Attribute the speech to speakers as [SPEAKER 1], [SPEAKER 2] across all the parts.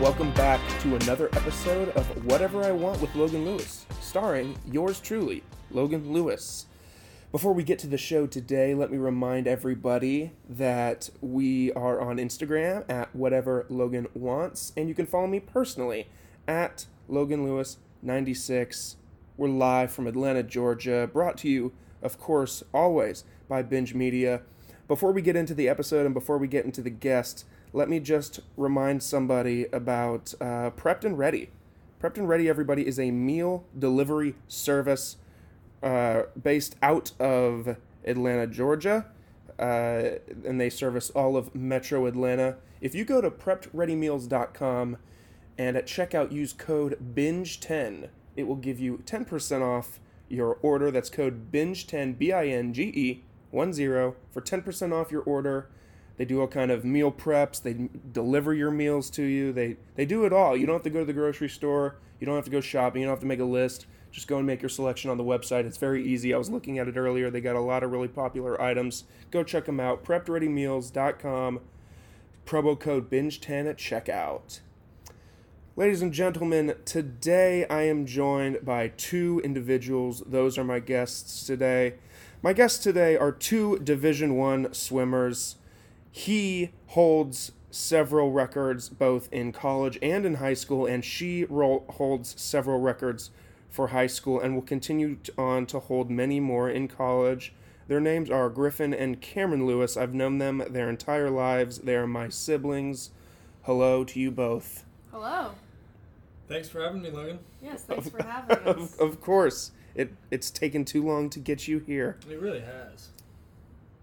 [SPEAKER 1] Welcome back to another episode of Whatever I Want with Logan Lewis, starring yours truly, Logan Lewis. Before we get to the show today, let me remind everybody that we are on Instagram at whatever Logan wants, and you can follow me personally at Logan Lewis96. We're live from Atlanta, Georgia, brought to you, of course, always by Binge Media. Before we get into the episode and before we get into the guest, let me just remind somebody about uh, Prepped and Ready. Prepped and Ready, everybody, is a meal delivery service uh, based out of Atlanta, Georgia, uh, and they service all of Metro Atlanta. If you go to preppedreadymeals.com and at checkout use code BINGE10, it will give you 10% off your order. That's code BINGE10, B I N G E 1 0 for 10% off your order. They do all kind of meal preps. They deliver your meals to you. They they do it all. You don't have to go to the grocery store. You don't have to go shopping. You don't have to make a list. Just go and make your selection on the website. It's very easy. I was looking at it earlier. They got a lot of really popular items. Go check them out. PreppedReadyMeals.com. Promo code binge10 at checkout. Ladies and gentlemen, today I am joined by two individuals. Those are my guests today. My guests today are two Division 1 swimmers. He holds several records both in college and in high school and she ro- holds several records for high school and will continue t- on to hold many more in college. Their names are Griffin and Cameron Lewis. I've known them their entire lives. They are my siblings. Hello to you both.
[SPEAKER 2] Hello.
[SPEAKER 3] Thanks for having me, Logan.
[SPEAKER 2] Yes, thanks for having us.
[SPEAKER 1] of, of course. It it's taken too long to get you here.
[SPEAKER 3] It really has.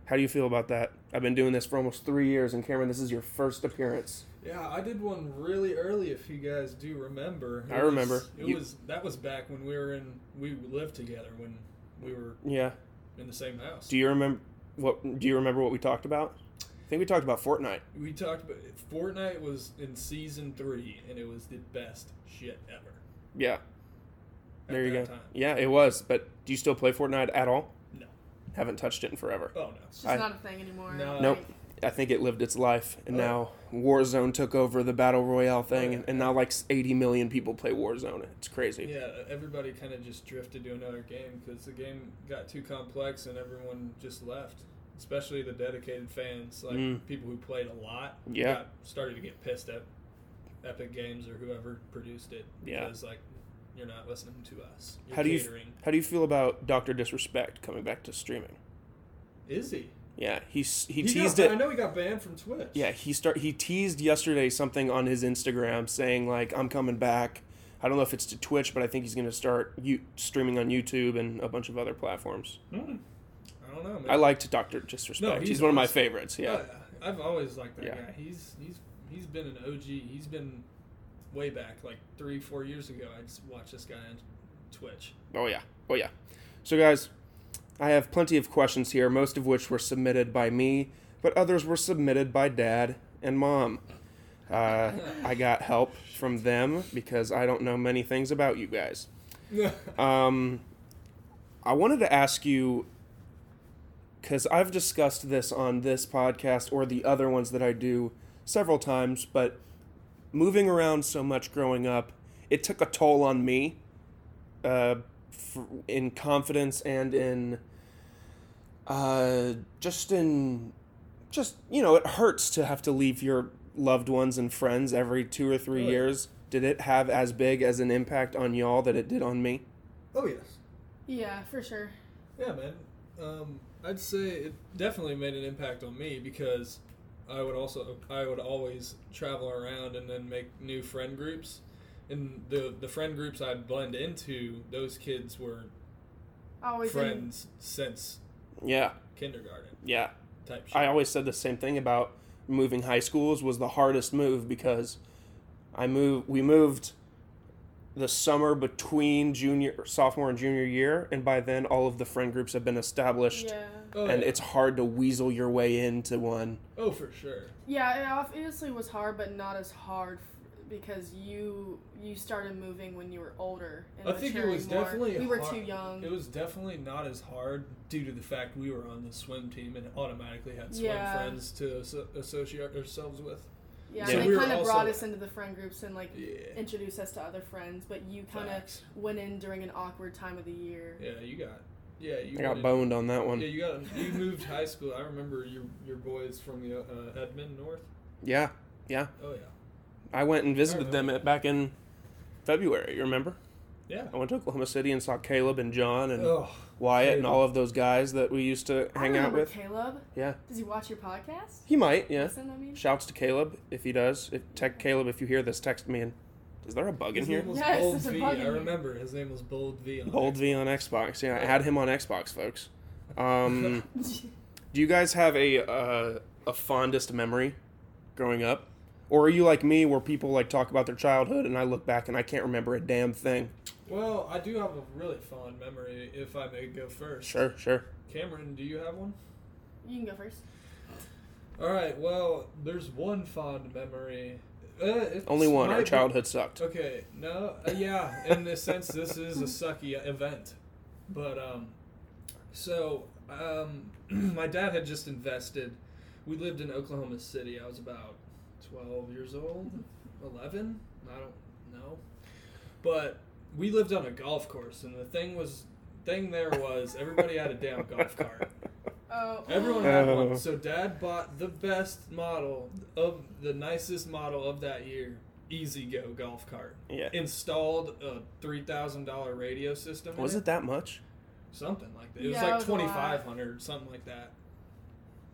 [SPEAKER 1] How do you feel about that? I've been doing this for almost three years, and Cameron, this is your first appearance.
[SPEAKER 3] Yeah, I did one really early, if you guys do remember.
[SPEAKER 1] I remember.
[SPEAKER 3] Was, it
[SPEAKER 1] You-
[SPEAKER 3] was that was back when we were in we lived together when we were
[SPEAKER 1] Yeah.
[SPEAKER 3] in the same house.
[SPEAKER 1] Do you remember what? Do you remember what we talked about? I think we talked about Fortnite.
[SPEAKER 3] we talked about Fortnite was in season three, and it was the best shit ever.
[SPEAKER 1] Yeah.
[SPEAKER 3] At
[SPEAKER 1] There you go.
[SPEAKER 3] that time.
[SPEAKER 1] Yeah, it was. But do you still play Fortnite at all?
[SPEAKER 3] No.
[SPEAKER 1] Haven't touched it in forever.
[SPEAKER 3] Oh
[SPEAKER 2] It's
[SPEAKER 3] no.
[SPEAKER 2] just
[SPEAKER 1] I-
[SPEAKER 2] not a thing anymore. I don't
[SPEAKER 3] No.
[SPEAKER 1] Nope.
[SPEAKER 2] think.
[SPEAKER 1] I think it lived its life, and
[SPEAKER 3] Oh.
[SPEAKER 1] now Warzone took over the battle royale thing, and,
[SPEAKER 3] yeah.
[SPEAKER 1] and now like 80 million people play Warzone. It's crazy.
[SPEAKER 3] Yeah, everybody kind of just drifted to another game because the game got too complex and everyone just left. Especially the dedicated fans, like
[SPEAKER 1] Mm.
[SPEAKER 3] people who played a lot,
[SPEAKER 1] Yeah.
[SPEAKER 3] got, started to get pissed at Epic Games or whoever produced it
[SPEAKER 1] Yeah.
[SPEAKER 3] because like you're not listening to us. You're
[SPEAKER 1] How do you f-
[SPEAKER 3] catering.
[SPEAKER 1] How do you feel about Doctor Disrespect coming back to streaming?
[SPEAKER 3] Is he?
[SPEAKER 1] Yeah, he's he,
[SPEAKER 3] got
[SPEAKER 1] teased
[SPEAKER 3] ba-
[SPEAKER 1] it.
[SPEAKER 3] I know he got banned from Twitch.
[SPEAKER 1] Yeah, he start he teased yesterday something on his Instagram saying like I'm coming back. I don't know if it's to Twitch, but I think he's going to start you streaming on YouTube and a bunch of other platforms.
[SPEAKER 3] Hmm. I don't know. Man.
[SPEAKER 1] I liked Doctor Disrespect.
[SPEAKER 3] No,
[SPEAKER 1] he's,
[SPEAKER 3] he's
[SPEAKER 1] one of my
[SPEAKER 3] awesome.
[SPEAKER 1] favorites. Yeah,
[SPEAKER 3] Uh, I've always liked that
[SPEAKER 1] Yeah.
[SPEAKER 3] guy. He's he's he's been an OG. He's been way back, like three four years ago. I just watched this guy on Twitch.
[SPEAKER 1] Oh yeah. Oh yeah. So guys, I have plenty of questions here, most of which were submitted by me, but others were submitted by dad and mom. Uh, I got help from them because I don't know many things about you guys. Um, I wanted to ask you because I've discussed this on this podcast or the other ones that I do several times, but moving around so much growing up, it took a toll on me uh, f in confidence and in uh, just in just you know it hurts to have to leave your loved ones and friends every two or three
[SPEAKER 3] Oh, yeah.
[SPEAKER 1] years. Did it have as big as an impact on y'all that it did on me?
[SPEAKER 3] oh yes.
[SPEAKER 2] Yeah, for sure.
[SPEAKER 3] Yeah, man. Um, I'd say it definitely made an impact on me because I would also I would always travel around and then make new friend groups, and the the friend groups I'd blend into those kids were
[SPEAKER 2] Always in,
[SPEAKER 3] friends since
[SPEAKER 1] Yeah,
[SPEAKER 3] kindergarten
[SPEAKER 1] yeah.
[SPEAKER 3] type shit.
[SPEAKER 1] I always said the same thing about moving high schools was the hardest move because I moved we moved the summer between junior sophomore and junior year and by then all of the friend groups have been established
[SPEAKER 2] yeah.
[SPEAKER 3] oh,
[SPEAKER 1] and
[SPEAKER 3] yeah.
[SPEAKER 1] it's hard to weasel your way into one.
[SPEAKER 3] oh for sure.
[SPEAKER 2] Yeah, it obviously was hard, but not as hard f- because you you started moving when you were older. And
[SPEAKER 3] I think it
[SPEAKER 2] maturing
[SPEAKER 3] was
[SPEAKER 2] more.
[SPEAKER 3] definitely
[SPEAKER 2] we were
[SPEAKER 3] hard-
[SPEAKER 2] too young.
[SPEAKER 3] It was definitely not as hard due to the fact we were on the swim team and automatically had swim
[SPEAKER 2] Yeah.
[SPEAKER 3] friends to asso- associate ourselves with.
[SPEAKER 2] Yeah,
[SPEAKER 1] So
[SPEAKER 2] and they
[SPEAKER 3] we were
[SPEAKER 2] kind of
[SPEAKER 3] also-
[SPEAKER 2] brought us into the friend groups and like
[SPEAKER 3] Yeah.
[SPEAKER 2] introduced us to other friends, but you kind of
[SPEAKER 3] Facts.
[SPEAKER 2] went in during an awkward time of the year.
[SPEAKER 3] Yeah, you got. Yeah, you
[SPEAKER 1] I got
[SPEAKER 3] wanted-
[SPEAKER 1] boned on that
[SPEAKER 3] Yeah,
[SPEAKER 1] one.
[SPEAKER 3] you got. You moved high school. I remember your your boys from the uh, Edmond North.
[SPEAKER 1] Yeah,
[SPEAKER 3] Oh yeah.
[SPEAKER 1] I went and visited them at, back in February. You remember?
[SPEAKER 3] Yeah.
[SPEAKER 1] I went to Oklahoma City and saw Caleb and John and
[SPEAKER 3] Oh,
[SPEAKER 1] Wyatt and
[SPEAKER 3] Caleb. Ah.
[SPEAKER 1] all of those guys that we used to
[SPEAKER 2] I
[SPEAKER 1] hang out
[SPEAKER 2] remember
[SPEAKER 1] with.
[SPEAKER 2] Caleb.
[SPEAKER 1] Yeah.
[SPEAKER 2] Does he watch your podcast?
[SPEAKER 1] He might, yeah.
[SPEAKER 2] Listen, I mean.
[SPEAKER 1] Shouts to Caleb if he does. If tech Caleb, if you hear this, text me and is there a bug in
[SPEAKER 3] his
[SPEAKER 1] here?
[SPEAKER 3] name was
[SPEAKER 2] Yes,
[SPEAKER 3] Bold
[SPEAKER 2] there's a
[SPEAKER 3] V.
[SPEAKER 2] bug in
[SPEAKER 3] I
[SPEAKER 2] here.
[SPEAKER 3] remember his name was Bold V. On
[SPEAKER 1] Bold
[SPEAKER 3] there.
[SPEAKER 1] V on Xbox. Yeah, I had him on Xbox, folks. Um,
[SPEAKER 2] I
[SPEAKER 1] do you guys have a uh, a fondest memory growing up, or are you like me, where people like talk about their childhood and I look back and I can't remember a damn thing?
[SPEAKER 3] Well, I do have a really fond memory. If I may go first.
[SPEAKER 1] Sure, sure.
[SPEAKER 3] Cameron, do you have one?
[SPEAKER 2] you can go first.
[SPEAKER 3] All right. Well, there's one fond memory. Uh, it's
[SPEAKER 1] Only one.
[SPEAKER 3] might
[SPEAKER 1] Our
[SPEAKER 3] be-
[SPEAKER 1] childhood sucked.
[SPEAKER 3] Okay. No. Uh, yeah. In the sense, this is a sucky event, but um, so um, my dad had just invested. We lived in Oklahoma City. I was about twelve years old, eleven. I don't know, but we lived on a golf course, and the thing was, thing there was everybody had a damn golf cart.
[SPEAKER 2] Oh,
[SPEAKER 3] Everyone had
[SPEAKER 1] Oh.
[SPEAKER 3] one. So dad bought the best model of the nicest model of that year, Easy Go golf cart.
[SPEAKER 1] Yeah.
[SPEAKER 3] Installed a three thousand dollar radio system. in
[SPEAKER 1] Was it that much?
[SPEAKER 3] something like that? It was
[SPEAKER 2] Yeah, it
[SPEAKER 3] like
[SPEAKER 2] was a lot.
[SPEAKER 3] twenty five hundred, something like that.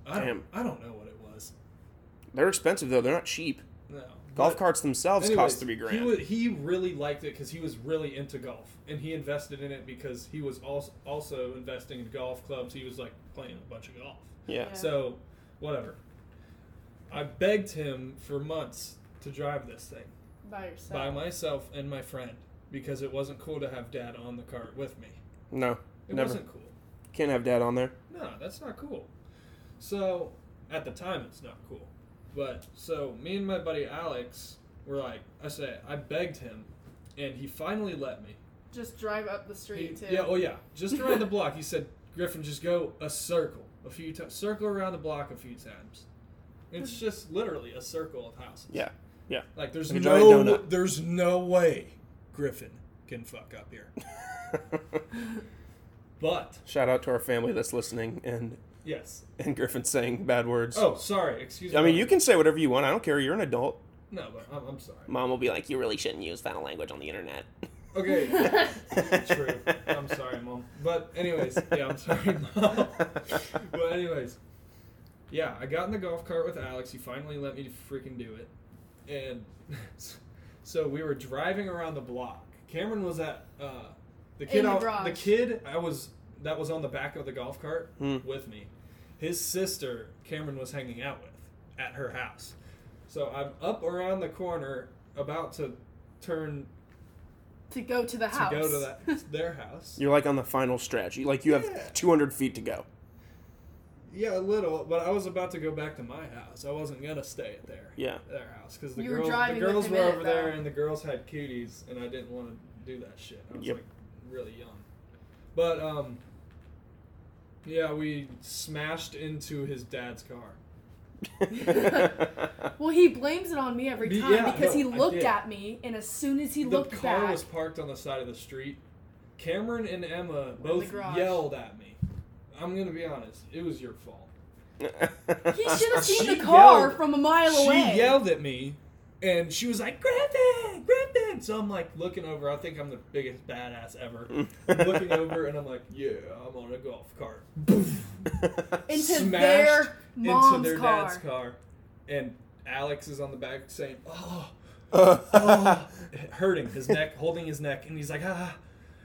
[SPEAKER 3] I don't,
[SPEAKER 1] Damn.
[SPEAKER 3] I don't know what it was.
[SPEAKER 1] They're expensive though. They're not cheap.
[SPEAKER 3] No
[SPEAKER 1] Golf
[SPEAKER 3] But
[SPEAKER 1] carts themselves
[SPEAKER 3] anyways,
[SPEAKER 1] cost three
[SPEAKER 3] He,
[SPEAKER 1] grand.
[SPEAKER 3] wa- he really liked it because he was really into golf, and he invested in it because he was also also investing in golf clubs. He was like playing a bunch of golf.
[SPEAKER 1] yeah.
[SPEAKER 2] Yeah.
[SPEAKER 3] So, whatever. I begged him for months to drive this thing
[SPEAKER 2] by yourself.
[SPEAKER 3] by myself and my friend because it wasn't cool to have dad on the cart with me.
[SPEAKER 1] No,
[SPEAKER 3] It
[SPEAKER 1] Never.
[SPEAKER 3] wasn't cool.
[SPEAKER 1] can't have dad on there.
[SPEAKER 3] No, that's not cool. So, at the time, it's not cool. But, so me and my buddy Alex were like, I say, I begged him, and he finally let me.
[SPEAKER 2] Just drive up the street
[SPEAKER 3] He-
[SPEAKER 2] too.
[SPEAKER 3] Yeah, oh yeah. Just around the block. He said, Griffin, just go a circle a few times. Circle around the block a few times. It's just literally a circle of houses.
[SPEAKER 1] Yeah, yeah.
[SPEAKER 3] Like there's
[SPEAKER 1] Like a
[SPEAKER 3] no
[SPEAKER 1] giant donut.
[SPEAKER 3] there's no way Griffin can fuck up here. But
[SPEAKER 1] Shout out to our family that's listening and
[SPEAKER 3] yes.
[SPEAKER 1] and Griffin saying bad words.
[SPEAKER 3] Oh, sorry. Excuse me.
[SPEAKER 1] I mean, you can say whatever you want. I don't care. You're an adult.
[SPEAKER 3] No, but I'm, I'm sorry.
[SPEAKER 1] Mom will be like, you really shouldn't use foul language on the internet.
[SPEAKER 3] Okay. True. I'm sorry, mom. But anyways, yeah, I'm sorry, mom. but anyways, yeah, I got in the golf cart with Alex. He finally let me freaking do it, and so we were driving around the block. Cameron was at uh, the kid.
[SPEAKER 2] In the
[SPEAKER 3] I-
[SPEAKER 2] garage.
[SPEAKER 3] kid I was that was on the back of the golf cart
[SPEAKER 1] Hmm.
[SPEAKER 3] with me. His sister Cameron was hanging out with at her house. So I'm up around the corner, about to turn
[SPEAKER 2] To go to the house.
[SPEAKER 3] to go to that their house.
[SPEAKER 1] You're like on the final stretch. You like you have
[SPEAKER 3] Yeah.
[SPEAKER 1] 200 feet to go.
[SPEAKER 3] Yeah, a little, but I was about to go back to my house. I wasn't gonna stay at their
[SPEAKER 1] Yeah.
[SPEAKER 3] their house because the
[SPEAKER 2] You were
[SPEAKER 3] girls the
[SPEAKER 2] driving with
[SPEAKER 3] girls
[SPEAKER 2] him
[SPEAKER 3] were
[SPEAKER 2] in it,
[SPEAKER 3] over there
[SPEAKER 2] though.
[SPEAKER 3] and the girls had cuties and I didn't want to do that shit. I was
[SPEAKER 1] Yep.
[SPEAKER 3] like really young, but um, yeah, we smashed into his dad's car.
[SPEAKER 2] Well, he blames it on me every
[SPEAKER 3] Me-
[SPEAKER 2] time
[SPEAKER 3] yeah,
[SPEAKER 2] because
[SPEAKER 3] no,
[SPEAKER 2] he
[SPEAKER 3] I
[SPEAKER 2] looked
[SPEAKER 3] did.
[SPEAKER 2] at me, and as soon as he
[SPEAKER 3] the
[SPEAKER 2] looked
[SPEAKER 3] car
[SPEAKER 2] back,
[SPEAKER 3] was parked on the side of the street. Cameron and Emma both
[SPEAKER 2] garage.
[SPEAKER 3] yelled at me. I'm gonna be honest, it was your fault.
[SPEAKER 2] he should have seen
[SPEAKER 3] She
[SPEAKER 2] the car
[SPEAKER 3] yelled.
[SPEAKER 2] from a mile
[SPEAKER 3] she
[SPEAKER 2] away.
[SPEAKER 3] yelled at me and she was like griffin griffin so i'm like looking over i think i'm the biggest badass ever I'm looking over and i'm like yeah i'm on a golf cart Boof.
[SPEAKER 2] into
[SPEAKER 3] smashed
[SPEAKER 2] their mom's
[SPEAKER 3] into their
[SPEAKER 2] car.
[SPEAKER 3] dad's car and alex is on the back saying oh,
[SPEAKER 1] that
[SPEAKER 3] oh hurting his neck holding his neck and he's like ah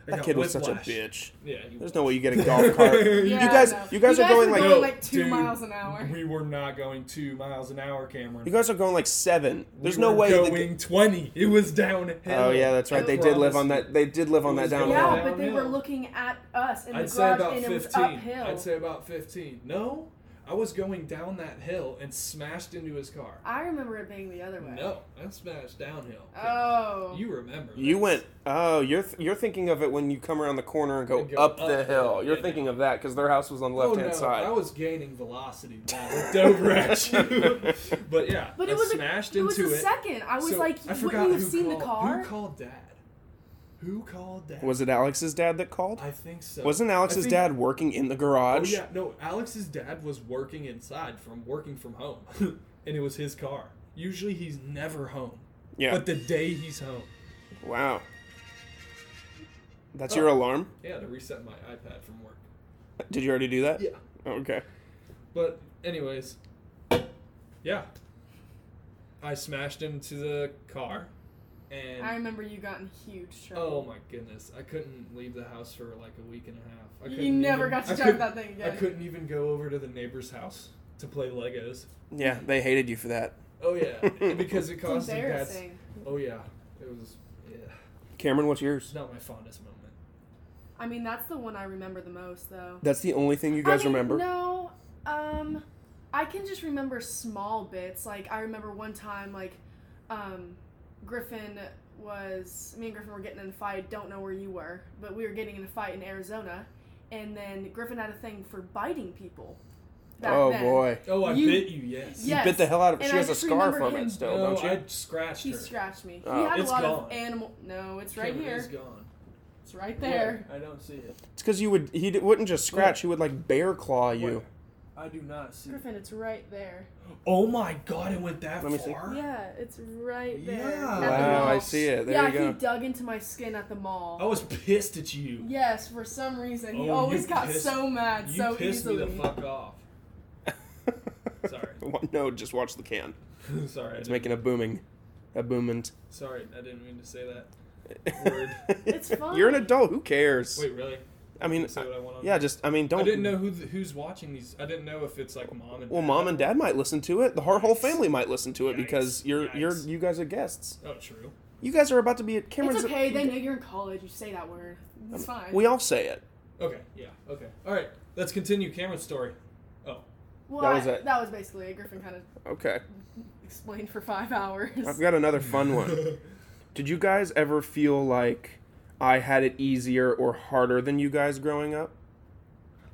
[SPEAKER 3] I got
[SPEAKER 1] kid was such a
[SPEAKER 3] whiplash."
[SPEAKER 1] bitch.
[SPEAKER 3] yeah he
[SPEAKER 1] There's
[SPEAKER 3] was.
[SPEAKER 1] no way you get a golf cart.
[SPEAKER 2] Yeah,
[SPEAKER 1] you guys,
[SPEAKER 2] I know.
[SPEAKER 1] you guys are going
[SPEAKER 2] were
[SPEAKER 1] like
[SPEAKER 2] going
[SPEAKER 3] No,
[SPEAKER 2] like two
[SPEAKER 3] dude.
[SPEAKER 2] miles an hour.
[SPEAKER 3] we were not going two miles an hour cameron
[SPEAKER 1] you guys are going like seven. There's
[SPEAKER 3] we
[SPEAKER 1] no
[SPEAKER 3] were
[SPEAKER 1] way. the-
[SPEAKER 3] going 20 it was downhill
[SPEAKER 1] oh yeah, that's right.
[SPEAKER 3] I
[SPEAKER 1] They did live on
[SPEAKER 3] promise
[SPEAKER 1] that.
[SPEAKER 3] you.
[SPEAKER 1] They did live on
[SPEAKER 3] It
[SPEAKER 1] that
[SPEAKER 3] was
[SPEAKER 1] downhill.
[SPEAKER 3] going
[SPEAKER 2] Yeah, but they
[SPEAKER 3] downhill.
[SPEAKER 2] were looking at us in the
[SPEAKER 3] Oh, I'd
[SPEAKER 2] garage,
[SPEAKER 3] say about
[SPEAKER 2] and it was
[SPEAKER 3] fifteen.
[SPEAKER 2] uphill.
[SPEAKER 3] I'd say about fifteen. No, I was going down that hill and smashed into his car.
[SPEAKER 2] I remember it being the other way.
[SPEAKER 3] No, I smashed downhill.
[SPEAKER 2] Oh.
[SPEAKER 3] You remember.
[SPEAKER 1] You
[SPEAKER 3] this.
[SPEAKER 1] went. Oh, you're th- you're thinking of it when you come around the corner and go,
[SPEAKER 3] And go
[SPEAKER 1] up,
[SPEAKER 3] up
[SPEAKER 1] the
[SPEAKER 3] the
[SPEAKER 1] hill.
[SPEAKER 3] hill,
[SPEAKER 1] You're
[SPEAKER 3] yeah.
[SPEAKER 1] thinking of that because their house was on the
[SPEAKER 3] Oh,
[SPEAKER 1] left hand
[SPEAKER 3] no,
[SPEAKER 1] side.
[SPEAKER 3] I was gaining velocity while I looked over at you. But yeah,
[SPEAKER 2] but
[SPEAKER 3] I
[SPEAKER 2] it was
[SPEAKER 3] smashed
[SPEAKER 2] a, it
[SPEAKER 3] into
[SPEAKER 2] was a second. I was
[SPEAKER 3] So,
[SPEAKER 2] like,
[SPEAKER 3] I
[SPEAKER 2] wouldn't
[SPEAKER 3] forgot
[SPEAKER 2] you have
[SPEAKER 3] who
[SPEAKER 2] seen
[SPEAKER 3] called,
[SPEAKER 2] the car?
[SPEAKER 3] Who called dad? Who called dad?
[SPEAKER 1] Was it Alex's dad that called?
[SPEAKER 3] I think so.
[SPEAKER 1] Wasn't Alex's
[SPEAKER 3] I think-
[SPEAKER 1] dad working in the
[SPEAKER 3] Oh
[SPEAKER 1] garage?
[SPEAKER 3] yeah, no. Alex's dad was working inside from working from home, and it was his car. Usually he's never home,
[SPEAKER 1] Yeah.
[SPEAKER 3] but the day he's home,
[SPEAKER 1] wow. That's
[SPEAKER 3] Oh.
[SPEAKER 1] your alarm?
[SPEAKER 3] yeah, to reset my iPad from work.
[SPEAKER 1] Did you already do that? Oh,
[SPEAKER 3] Yeah,
[SPEAKER 1] Okay.
[SPEAKER 3] but anyways, yeah, I smashed into the car, and
[SPEAKER 2] I remember you got in huge
[SPEAKER 3] Oh
[SPEAKER 2] trouble.
[SPEAKER 3] my goodness! I couldn't leave the house for like a week and a half. I
[SPEAKER 2] you
[SPEAKER 3] couldn't
[SPEAKER 2] never
[SPEAKER 3] even-
[SPEAKER 2] got to
[SPEAKER 3] I
[SPEAKER 2] drive
[SPEAKER 3] couldn't-
[SPEAKER 2] that thing
[SPEAKER 3] I
[SPEAKER 2] again.
[SPEAKER 3] couldn't even go over to the neighbor's house to play Legos.
[SPEAKER 1] Yeah, they hated you for that.
[SPEAKER 3] Oh yeah, because it
[SPEAKER 2] It's
[SPEAKER 3] cost me dad's.
[SPEAKER 2] embarrassing.
[SPEAKER 3] Oh yeah, it was. Yeah,
[SPEAKER 1] Cameron, what's
[SPEAKER 3] it's
[SPEAKER 1] yours?
[SPEAKER 3] not my fondest moment.
[SPEAKER 2] I mean, that's the one I remember the most, though.
[SPEAKER 1] That's the only thing you guys
[SPEAKER 2] I mean,
[SPEAKER 1] remember?
[SPEAKER 2] No, um, I can just remember small bits. Like I remember one time, like, um, Griffin was me and Griffin were getting in a fight. Don't know where you were, but we were getting in a fight in Arizona, and then Griffin had a thing for biting people. back
[SPEAKER 1] oh
[SPEAKER 2] then.
[SPEAKER 1] boy.
[SPEAKER 3] Oh, I
[SPEAKER 2] You-
[SPEAKER 3] bit you. Yes.
[SPEAKER 2] Yeah. Yes.
[SPEAKER 1] You bit the hell out of it.
[SPEAKER 2] And
[SPEAKER 1] She
[SPEAKER 2] I
[SPEAKER 1] has a
[SPEAKER 2] just
[SPEAKER 1] scar
[SPEAKER 2] remember
[SPEAKER 1] from
[SPEAKER 2] him-
[SPEAKER 1] it still,
[SPEAKER 3] no,
[SPEAKER 1] don't you?
[SPEAKER 3] I scratched
[SPEAKER 2] He
[SPEAKER 3] her.
[SPEAKER 2] scratched me.
[SPEAKER 1] Oh.
[SPEAKER 2] he had a
[SPEAKER 3] It's
[SPEAKER 2] lot
[SPEAKER 3] gone.
[SPEAKER 2] of animal. No, it's right
[SPEAKER 3] Cameron
[SPEAKER 2] here.
[SPEAKER 3] is gone.
[SPEAKER 2] It's right there.
[SPEAKER 4] I don't see it.
[SPEAKER 1] It's because you would he d- wouldn't just scratch, he would like bear claw you.
[SPEAKER 4] I do not see it.
[SPEAKER 2] Griffin, it's right there.
[SPEAKER 3] Oh my god! It went that
[SPEAKER 1] Let me see.
[SPEAKER 3] far.
[SPEAKER 2] Yeah, it's right there.
[SPEAKER 3] Yeah.
[SPEAKER 2] At the
[SPEAKER 1] Wow, I
[SPEAKER 2] mall.
[SPEAKER 1] see it. There
[SPEAKER 2] yeah,
[SPEAKER 1] you go.
[SPEAKER 2] he dug into my skin at the mall.
[SPEAKER 3] I was pissed at you.
[SPEAKER 2] Yes, for some reason he
[SPEAKER 3] Oh,
[SPEAKER 2] always
[SPEAKER 3] you
[SPEAKER 2] got
[SPEAKER 3] pissed-
[SPEAKER 2] so mad
[SPEAKER 3] You
[SPEAKER 2] so
[SPEAKER 3] pissed
[SPEAKER 2] easily.
[SPEAKER 3] me the fuck off. Sorry.
[SPEAKER 1] no, just watch the can.
[SPEAKER 3] Sorry. I
[SPEAKER 1] It's
[SPEAKER 3] didn't-
[SPEAKER 1] making a booming. A booming.
[SPEAKER 3] Sorry, I didn't mean to say that. Word.
[SPEAKER 2] It's fine.
[SPEAKER 1] You're an adult. Who cares?
[SPEAKER 3] Wait, really?
[SPEAKER 1] I mean,
[SPEAKER 3] Say what I want on.
[SPEAKER 1] yeah, just, I mean, don't.
[SPEAKER 3] I didn't know who th- who's watching these. I didn't know if it's like mom and.
[SPEAKER 1] Well,
[SPEAKER 3] dad.
[SPEAKER 1] mom and dad might listen to it. The whole, whole family might listen to it because
[SPEAKER 3] Yikes.
[SPEAKER 1] you're you're
[SPEAKER 3] Yikes.
[SPEAKER 1] you guys are guests.
[SPEAKER 3] Oh, true.
[SPEAKER 1] You guys are about to be at Cameron's.
[SPEAKER 2] It's okay. They know you're in college. You say that word. It's fine.
[SPEAKER 1] Um, We all say it.
[SPEAKER 3] Okay. Yeah. Okay. All right. Let's continue Cameron's story. Oh.
[SPEAKER 2] well,
[SPEAKER 1] that was
[SPEAKER 2] I-
[SPEAKER 1] it.
[SPEAKER 2] that was basically it. Griffin kind of
[SPEAKER 1] Okay,
[SPEAKER 2] explained for five hours.
[SPEAKER 1] I've got another fun one. Did you guys ever feel like I had it easier or harder than you guys growing up?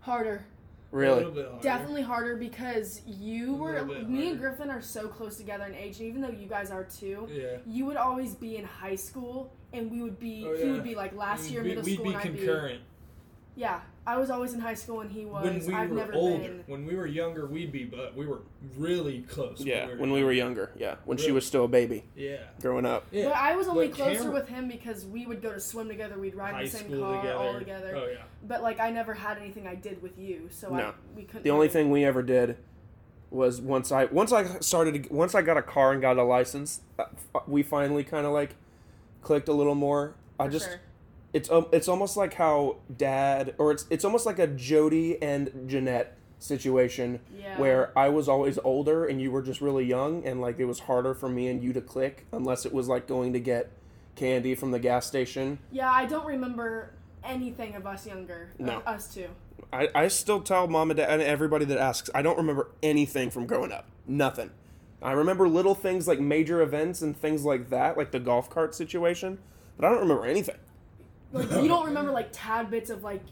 [SPEAKER 2] harder,
[SPEAKER 3] A
[SPEAKER 1] Really?
[SPEAKER 3] little bit harder.
[SPEAKER 2] definitely harder because you
[SPEAKER 3] A
[SPEAKER 2] were
[SPEAKER 3] little bit
[SPEAKER 2] me and
[SPEAKER 3] harder.
[SPEAKER 2] Griffin are so close together in age, and even though you guys are too,
[SPEAKER 3] Yeah.
[SPEAKER 2] you would always be in high school, and we would be.
[SPEAKER 3] Oh,
[SPEAKER 2] He
[SPEAKER 3] yeah.
[SPEAKER 2] would be like last year
[SPEAKER 3] we,
[SPEAKER 2] middle
[SPEAKER 3] we'd
[SPEAKER 2] school,
[SPEAKER 3] be
[SPEAKER 2] and I'd
[SPEAKER 3] concurrent
[SPEAKER 2] be. Yeah, I was always in high school, and he was.
[SPEAKER 3] when we
[SPEAKER 2] I've
[SPEAKER 3] were
[SPEAKER 2] never
[SPEAKER 3] older.
[SPEAKER 2] been.
[SPEAKER 3] When we were younger, we'd be, but we were really close.
[SPEAKER 1] Yeah, when we were younger. Yeah, when she
[SPEAKER 3] Really?
[SPEAKER 1] was still a baby
[SPEAKER 3] Yeah.
[SPEAKER 1] growing up.
[SPEAKER 3] Yeah.
[SPEAKER 2] But I was only
[SPEAKER 3] But
[SPEAKER 2] closer
[SPEAKER 3] Cameron-
[SPEAKER 2] with him because we would go to swim together, we'd ride
[SPEAKER 3] High
[SPEAKER 2] in the same
[SPEAKER 3] school
[SPEAKER 2] car
[SPEAKER 3] together.
[SPEAKER 2] all together.
[SPEAKER 3] Oh yeah.
[SPEAKER 2] But like I never had anything I did with you, so I,
[SPEAKER 1] No.
[SPEAKER 2] we couldn't.
[SPEAKER 1] The only
[SPEAKER 2] really-
[SPEAKER 1] thing we ever did was once I once I started once I got a car and got a license, uh, we finally kind of like clicked a little more. I
[SPEAKER 2] for
[SPEAKER 1] just
[SPEAKER 2] sure.
[SPEAKER 1] it's um, it's almost like how dad or it's it's almost like a Jody and Jeanette situation
[SPEAKER 2] yeah.
[SPEAKER 1] where I was always older and you were just really young and like it was harder for me and you to click unless it was like going to get candy from the gas station.
[SPEAKER 2] Yeah, I don't remember anything of us younger. uh,
[SPEAKER 1] No.
[SPEAKER 2] us two.
[SPEAKER 1] I, I still tell mom and dad and everybody that asks, I don't remember anything from growing up. Nothing. I remember little things like major events and things like that, like the golf cart situation, but I don't remember anything.
[SPEAKER 2] Like you don't remember like tad bits of like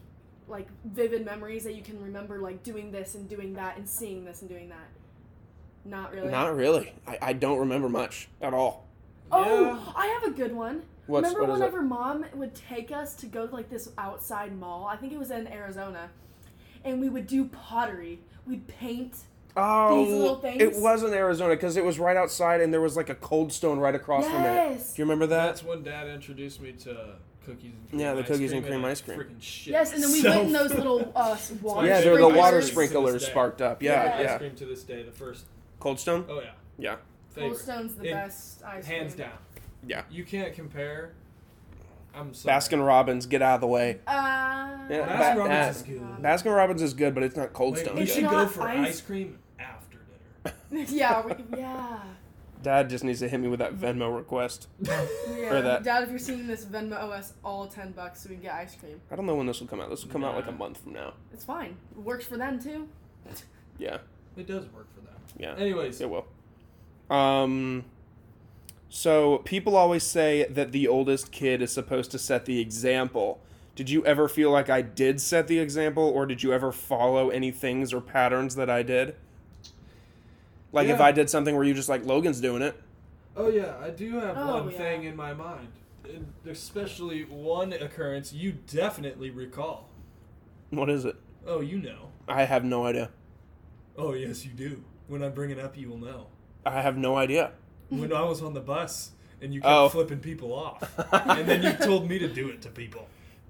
[SPEAKER 2] like vivid memories that you can remember like doing this and doing that and seeing this and doing that. Not really.
[SPEAKER 1] Not really. I, I don't remember much at all.
[SPEAKER 2] oh,
[SPEAKER 3] Yeah.
[SPEAKER 2] I have a good one.
[SPEAKER 1] What's,
[SPEAKER 2] Remember
[SPEAKER 1] what is it?
[SPEAKER 2] whenever mom would take us to go to like this outside mall? I think it was in Arizona. And we would do pottery. We'd paint.
[SPEAKER 1] Oh,
[SPEAKER 2] These little things?
[SPEAKER 1] it was in Arizona because it was right outside and there was like a cold stone right across from it.
[SPEAKER 2] yes.
[SPEAKER 1] Do you remember that?
[SPEAKER 3] That's when Dad introduced me to cookies and cream
[SPEAKER 1] Yeah, the
[SPEAKER 3] ice
[SPEAKER 1] cookies
[SPEAKER 3] cream
[SPEAKER 1] and cream
[SPEAKER 3] I
[SPEAKER 1] ice cream.
[SPEAKER 3] Freaking shit
[SPEAKER 2] Yes, and then we went in
[SPEAKER 3] myself.
[SPEAKER 2] those little uh, water
[SPEAKER 1] yeah, there were the water
[SPEAKER 2] sprinklers.
[SPEAKER 3] sprink-
[SPEAKER 1] sprinklers
[SPEAKER 3] Since day.
[SPEAKER 1] sparked up. Yeah,
[SPEAKER 2] Yeah.
[SPEAKER 1] yeah.
[SPEAKER 3] Ice cream to this day, the first.
[SPEAKER 1] Cold stone?
[SPEAKER 3] Oh yeah.
[SPEAKER 1] Yeah.
[SPEAKER 2] Cold
[SPEAKER 3] Favorite.
[SPEAKER 2] Stone's the
[SPEAKER 3] It-
[SPEAKER 2] best ice cream.
[SPEAKER 3] Hands down.
[SPEAKER 1] Yeah.
[SPEAKER 3] You can't compare. I'm sorry.
[SPEAKER 1] Baskin Robbins, get out of the way.
[SPEAKER 2] Uh,
[SPEAKER 1] Yeah,
[SPEAKER 3] Baskin
[SPEAKER 1] Ba-
[SPEAKER 3] Robbins
[SPEAKER 1] that-
[SPEAKER 3] is good.
[SPEAKER 2] Baskin
[SPEAKER 1] Baskin Robbins is good, but it's not Cold
[SPEAKER 3] Wait,
[SPEAKER 1] Stone
[SPEAKER 3] we
[SPEAKER 2] It's
[SPEAKER 1] good.
[SPEAKER 3] should go
[SPEAKER 2] not
[SPEAKER 3] for
[SPEAKER 2] ice-
[SPEAKER 3] ice cream after dinner.
[SPEAKER 2] yeah, we, yeah.
[SPEAKER 1] Dad just needs to hit me with that Venmo request.
[SPEAKER 2] yeah.
[SPEAKER 1] that.
[SPEAKER 2] Dad, if you're seeing this, Venmo OS all 10 bucks so we can get ice cream.
[SPEAKER 1] I don't know when this will come out. This will come out like a
[SPEAKER 3] Nah.
[SPEAKER 1] month from now.
[SPEAKER 2] It's fine. It works for them too.
[SPEAKER 1] Yeah.
[SPEAKER 3] It does work for them.
[SPEAKER 1] Yeah.
[SPEAKER 3] Anyways,
[SPEAKER 1] Uh, It will. Um, so people always say that the oldest kid is supposed to set the example. Did you ever feel like I did set the example, or did you ever follow any things or patterns that I did? Like if
[SPEAKER 3] Yeah.
[SPEAKER 1] I did something where you just like Logan's doing it.
[SPEAKER 3] Oh yeah, I do have
[SPEAKER 2] Oh,
[SPEAKER 3] one
[SPEAKER 2] yeah.
[SPEAKER 3] thing in my mind. And Especially one occurrence you definitely recall.
[SPEAKER 1] What is it?
[SPEAKER 3] Oh, you know.
[SPEAKER 1] I have no idea.
[SPEAKER 3] Oh yes, you do. When I bring it up, you will know.
[SPEAKER 1] I have no idea.
[SPEAKER 3] When I was on the bus and you kept
[SPEAKER 1] Oh.
[SPEAKER 3] flipping people off, and then you told me to do it to people.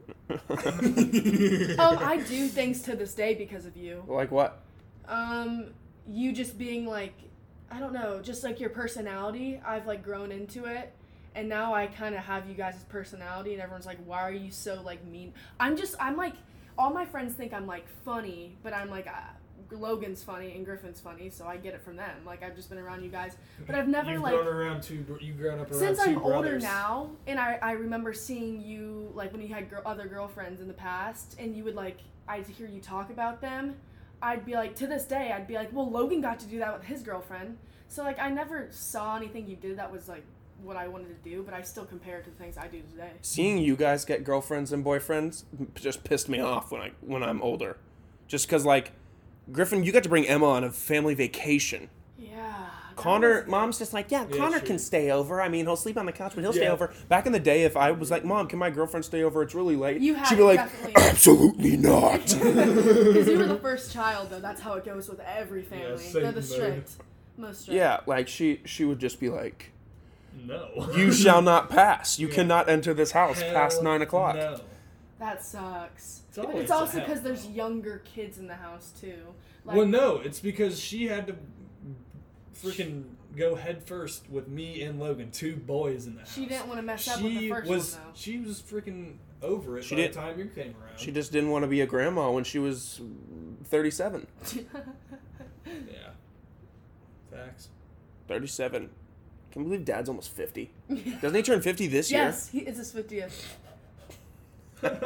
[SPEAKER 2] um, I do things to this day because of you.
[SPEAKER 1] like what?
[SPEAKER 2] Um, you just being like, I don't know, just like your personality. I've like grown into it, and now I kind of have you guys' personality, and everyone's like, why are you so like mean? I'm just, I'm like, all my friends think I'm like funny, but I'm like, uh, Logan's funny and Griffin's funny, so I get it from them. Like I've just been around you guys, but I've never
[SPEAKER 3] You've
[SPEAKER 2] like
[SPEAKER 3] grown around two. br- You've grown up around
[SPEAKER 2] since
[SPEAKER 3] 2
[SPEAKER 2] I'm older
[SPEAKER 3] brothers.
[SPEAKER 2] now, and I, I remember seeing you like when you had girl, other girlfriends in the past, and you would like I'd hear you talk about them. I'd be like to this day I'd be like, well, Logan got to do that with his girlfriend, so like I never saw anything you did that was like what I wanted to do, but I still compare it to the things I do today.
[SPEAKER 1] seeing you guys get girlfriends and boyfriends just pissed me off when I when I'm older. Just cuz like Griffin, you got to bring Emma on a family vacation.
[SPEAKER 2] Yeah. that
[SPEAKER 1] Connor,
[SPEAKER 2] was-
[SPEAKER 1] mom's just like, yeah,
[SPEAKER 3] Yeah,
[SPEAKER 1] Connor
[SPEAKER 3] sure.
[SPEAKER 1] can stay over. I mean, he'll sleep on the couch, but he'll stay
[SPEAKER 3] Yeah.
[SPEAKER 1] over. Back in the day, if I was like, mom, can my girlfriend stay over? It's really late.
[SPEAKER 2] You had
[SPEAKER 1] She'd be like,
[SPEAKER 2] definitely-
[SPEAKER 1] absolutely not.
[SPEAKER 2] Because you were the first child, though. That's how it goes with every family.
[SPEAKER 3] same
[SPEAKER 2] They're the
[SPEAKER 3] mode.
[SPEAKER 2] strict, most strict.
[SPEAKER 1] yeah, like she she would just be like,
[SPEAKER 3] No.
[SPEAKER 1] you shall not pass. You
[SPEAKER 3] Yeah.
[SPEAKER 1] cannot enter this house past
[SPEAKER 3] Hell
[SPEAKER 1] nine o'clock.
[SPEAKER 3] No.
[SPEAKER 2] That sucks.
[SPEAKER 3] It's
[SPEAKER 2] But It's,
[SPEAKER 3] always a
[SPEAKER 2] also
[SPEAKER 3] hell
[SPEAKER 2] because there's
[SPEAKER 3] no.
[SPEAKER 2] younger kids in the house too.
[SPEAKER 3] well, no, it's because she had to freaking go head first with me and Logan, two boys in the house.
[SPEAKER 2] She didn't want to mess up with the
[SPEAKER 3] She
[SPEAKER 2] first
[SPEAKER 3] was
[SPEAKER 2] one though.
[SPEAKER 3] she was freaking over it
[SPEAKER 1] She
[SPEAKER 3] by
[SPEAKER 1] didn't-
[SPEAKER 3] the time you came around.
[SPEAKER 1] She just didn't want to be a grandma when she was 37.
[SPEAKER 3] yeah. Facts.
[SPEAKER 1] 37. Can you believe dad's almost 50? Doesn't he turn 50 this
[SPEAKER 2] yes, he is his fiftieth.
[SPEAKER 1] year?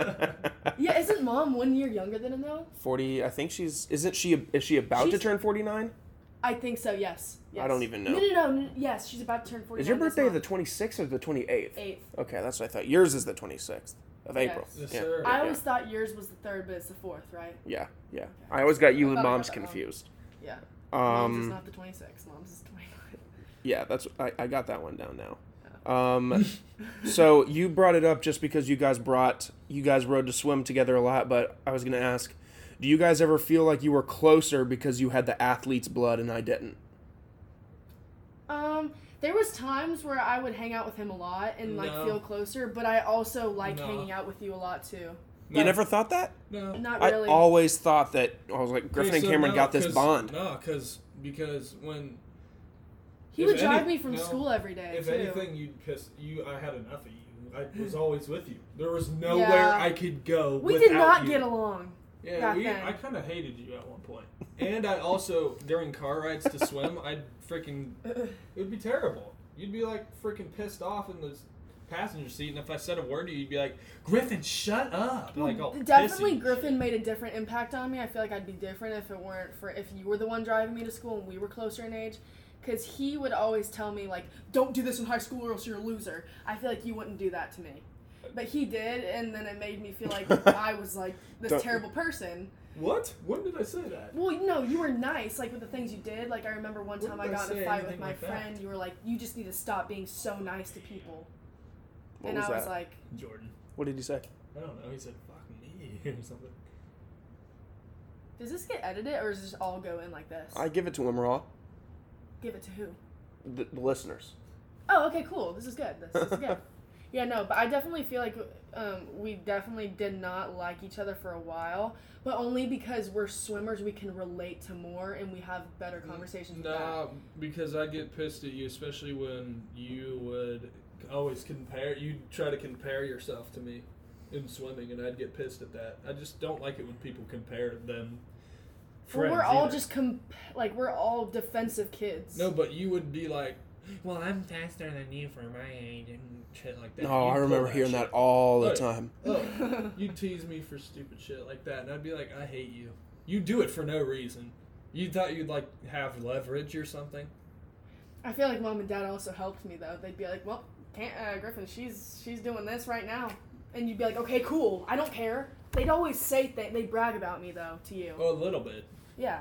[SPEAKER 2] Yeah, isn't mom one year younger than him though?
[SPEAKER 1] 40, I think she's, isn't she, is she about to
[SPEAKER 2] She's-
[SPEAKER 1] turn 49?
[SPEAKER 2] I think so. Yes. yes.
[SPEAKER 1] I don't even know.
[SPEAKER 2] No, no, no, no, Yes, she's about to turn forty.
[SPEAKER 1] Is your birthday the 26th or the 28th?
[SPEAKER 2] eighth?
[SPEAKER 1] Okay, that's what I thought. Yours is the 26th of
[SPEAKER 2] Yes.
[SPEAKER 1] April.
[SPEAKER 3] Yes,
[SPEAKER 1] yeah.
[SPEAKER 3] sir.
[SPEAKER 2] I always thought yours was the third, but it's the fourth, right?
[SPEAKER 1] Yeah, yeah. I always got you
[SPEAKER 2] I
[SPEAKER 1] and
[SPEAKER 2] thought I got
[SPEAKER 1] mom's
[SPEAKER 2] that wrong.
[SPEAKER 1] confused.
[SPEAKER 2] Yeah. mom's is
[SPEAKER 1] Um,
[SPEAKER 2] not the twenty sixth. Mom's is twenty nine.
[SPEAKER 1] yeah, that's, I, I got that one down now. Um, so you brought it up just because you guys brought, you guys rode to swim together a lot, but I was going to ask, do you guys ever feel like you were closer because you had the athlete's blood and I didn't?
[SPEAKER 2] Um, there was times where I would hang out with him a lot and like
[SPEAKER 3] No.
[SPEAKER 2] feel closer, but I also like
[SPEAKER 3] No.
[SPEAKER 2] hanging out with you a lot too.
[SPEAKER 1] You never thought that?
[SPEAKER 3] No.
[SPEAKER 2] Not
[SPEAKER 1] I
[SPEAKER 2] really.
[SPEAKER 1] always thought that I was like Griffin
[SPEAKER 3] Okay,
[SPEAKER 1] and
[SPEAKER 3] so
[SPEAKER 1] Cameron
[SPEAKER 3] no,
[SPEAKER 1] got this
[SPEAKER 3] 'cause-
[SPEAKER 1] bond.
[SPEAKER 3] No, because because when
[SPEAKER 2] he
[SPEAKER 3] if
[SPEAKER 2] would drive
[SPEAKER 3] any-
[SPEAKER 2] me from
[SPEAKER 3] no,
[SPEAKER 2] school every day
[SPEAKER 3] if
[SPEAKER 2] too.
[SPEAKER 3] anything you'd piss you, I had enough of you. I was always with you. There was nowhere
[SPEAKER 2] Yeah.
[SPEAKER 3] I could go.
[SPEAKER 2] we
[SPEAKER 3] without
[SPEAKER 2] did not
[SPEAKER 3] you.
[SPEAKER 2] get along.
[SPEAKER 3] Yeah,
[SPEAKER 2] back
[SPEAKER 3] we,
[SPEAKER 2] then.
[SPEAKER 3] I kind of hated you at one point. And I also, during car rides to swim, I'd freaking. It would be terrible. You'd be like freaking pissed off in the s- passenger seat, and if I said a word to you, you'd be like, Griffin, shut up! And, like, all
[SPEAKER 2] Definitely,
[SPEAKER 3] pissy.
[SPEAKER 2] Griffin made a different impact on me. I feel like I'd be different if it weren't for if you were the one driving me to school and we were closer in age. Because he would always tell me like, "Don't do this in high school, or else you're a loser." I feel like you wouldn't do that to me, but he did, and then it made me feel like I was like this
[SPEAKER 1] Don't-
[SPEAKER 2] terrible person.
[SPEAKER 3] What? When did I say that?
[SPEAKER 2] Well, no, you were nice, like with the things you did. Like I remember one
[SPEAKER 3] Wouldn't
[SPEAKER 2] time I
[SPEAKER 3] I
[SPEAKER 2] got in
[SPEAKER 3] say
[SPEAKER 2] a fight with
[SPEAKER 3] anything
[SPEAKER 2] my
[SPEAKER 3] like that?
[SPEAKER 2] friend. You were like, "You just need to stop being so nice to people,"
[SPEAKER 1] What
[SPEAKER 2] and
[SPEAKER 1] was
[SPEAKER 2] I
[SPEAKER 1] that?
[SPEAKER 2] was like,
[SPEAKER 3] Jordan.
[SPEAKER 1] what did you say?
[SPEAKER 3] I don't know. He said, fuck me, or something.
[SPEAKER 2] "Does this get edited, or does this all go in like this?"
[SPEAKER 1] I give it to him raw.
[SPEAKER 2] Give it to who?
[SPEAKER 1] The, the listeners.
[SPEAKER 2] Oh, okay, cool. This is good. This is good. yeah, no, but I definitely feel like um, we definitely did not like each other for a while, but only because we're swimmers, we can relate to more and we have better conversations. with that.
[SPEAKER 3] Mm, Nah, because I get pissed at you, especially when you would always compare. You'd try to compare yourself to me in swimming, and I'd get pissed at that. I just don't like it when people compare them.
[SPEAKER 2] Well,
[SPEAKER 3] Friends
[SPEAKER 2] we're all
[SPEAKER 3] either.
[SPEAKER 2] just comp- like we're all defensive kids.
[SPEAKER 3] no, but you would be like, "Well, I'm faster than you for my age," and shit like that.
[SPEAKER 1] No,
[SPEAKER 3] You'd
[SPEAKER 1] I
[SPEAKER 3] pull
[SPEAKER 1] remember hearing that
[SPEAKER 3] shit.
[SPEAKER 1] all the
[SPEAKER 3] Right.
[SPEAKER 1] time.
[SPEAKER 3] Oh, you tease me for stupid shit like that, and I'd be like, "I hate you." You do it for no reason. You thought you'd like have leverage or something.
[SPEAKER 2] I feel like mom and dad also helped me though. They'd be like, "Well, Tan- uh, Griffin, she's she's doing this right now," and you'd be like, "Okay, cool. I don't care." They'd always say th- they brag about me though to you.
[SPEAKER 3] Oh, a little bit,
[SPEAKER 2] Yeah.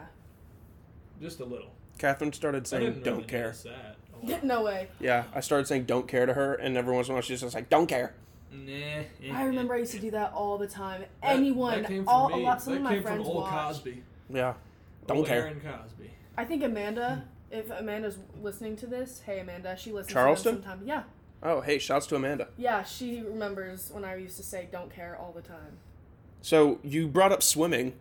[SPEAKER 3] just a little.
[SPEAKER 1] Catherine started
[SPEAKER 3] I
[SPEAKER 1] saying
[SPEAKER 3] didn't
[SPEAKER 1] "don't
[SPEAKER 3] really
[SPEAKER 1] care."
[SPEAKER 3] notice That. a lot.
[SPEAKER 2] no way.
[SPEAKER 1] Yeah, I started saying "don't care" to her, and every once in a while she's just like "don't care."
[SPEAKER 3] nah.
[SPEAKER 2] I remember I used to do that all the time.
[SPEAKER 3] That-
[SPEAKER 2] Anyone,
[SPEAKER 3] that came from
[SPEAKER 2] all
[SPEAKER 3] me.
[SPEAKER 2] a lot, some
[SPEAKER 3] that
[SPEAKER 2] of my
[SPEAKER 3] came
[SPEAKER 2] friends
[SPEAKER 3] from old
[SPEAKER 2] watched.
[SPEAKER 3] Cosby.
[SPEAKER 1] Yeah, Don't
[SPEAKER 3] Old
[SPEAKER 1] care.
[SPEAKER 3] Oh, Aaron Cosby.
[SPEAKER 2] I think Amanda,
[SPEAKER 3] Hmm.
[SPEAKER 2] if Amanda's listening to this, hey Amanda, she listens
[SPEAKER 1] Charleston?
[SPEAKER 2] to them sometimes. Yeah,
[SPEAKER 1] Oh, hey, shouts to Amanda.
[SPEAKER 2] yeah, she remembers when I used to say "don't care" all the time.
[SPEAKER 1] So you brought up swimming.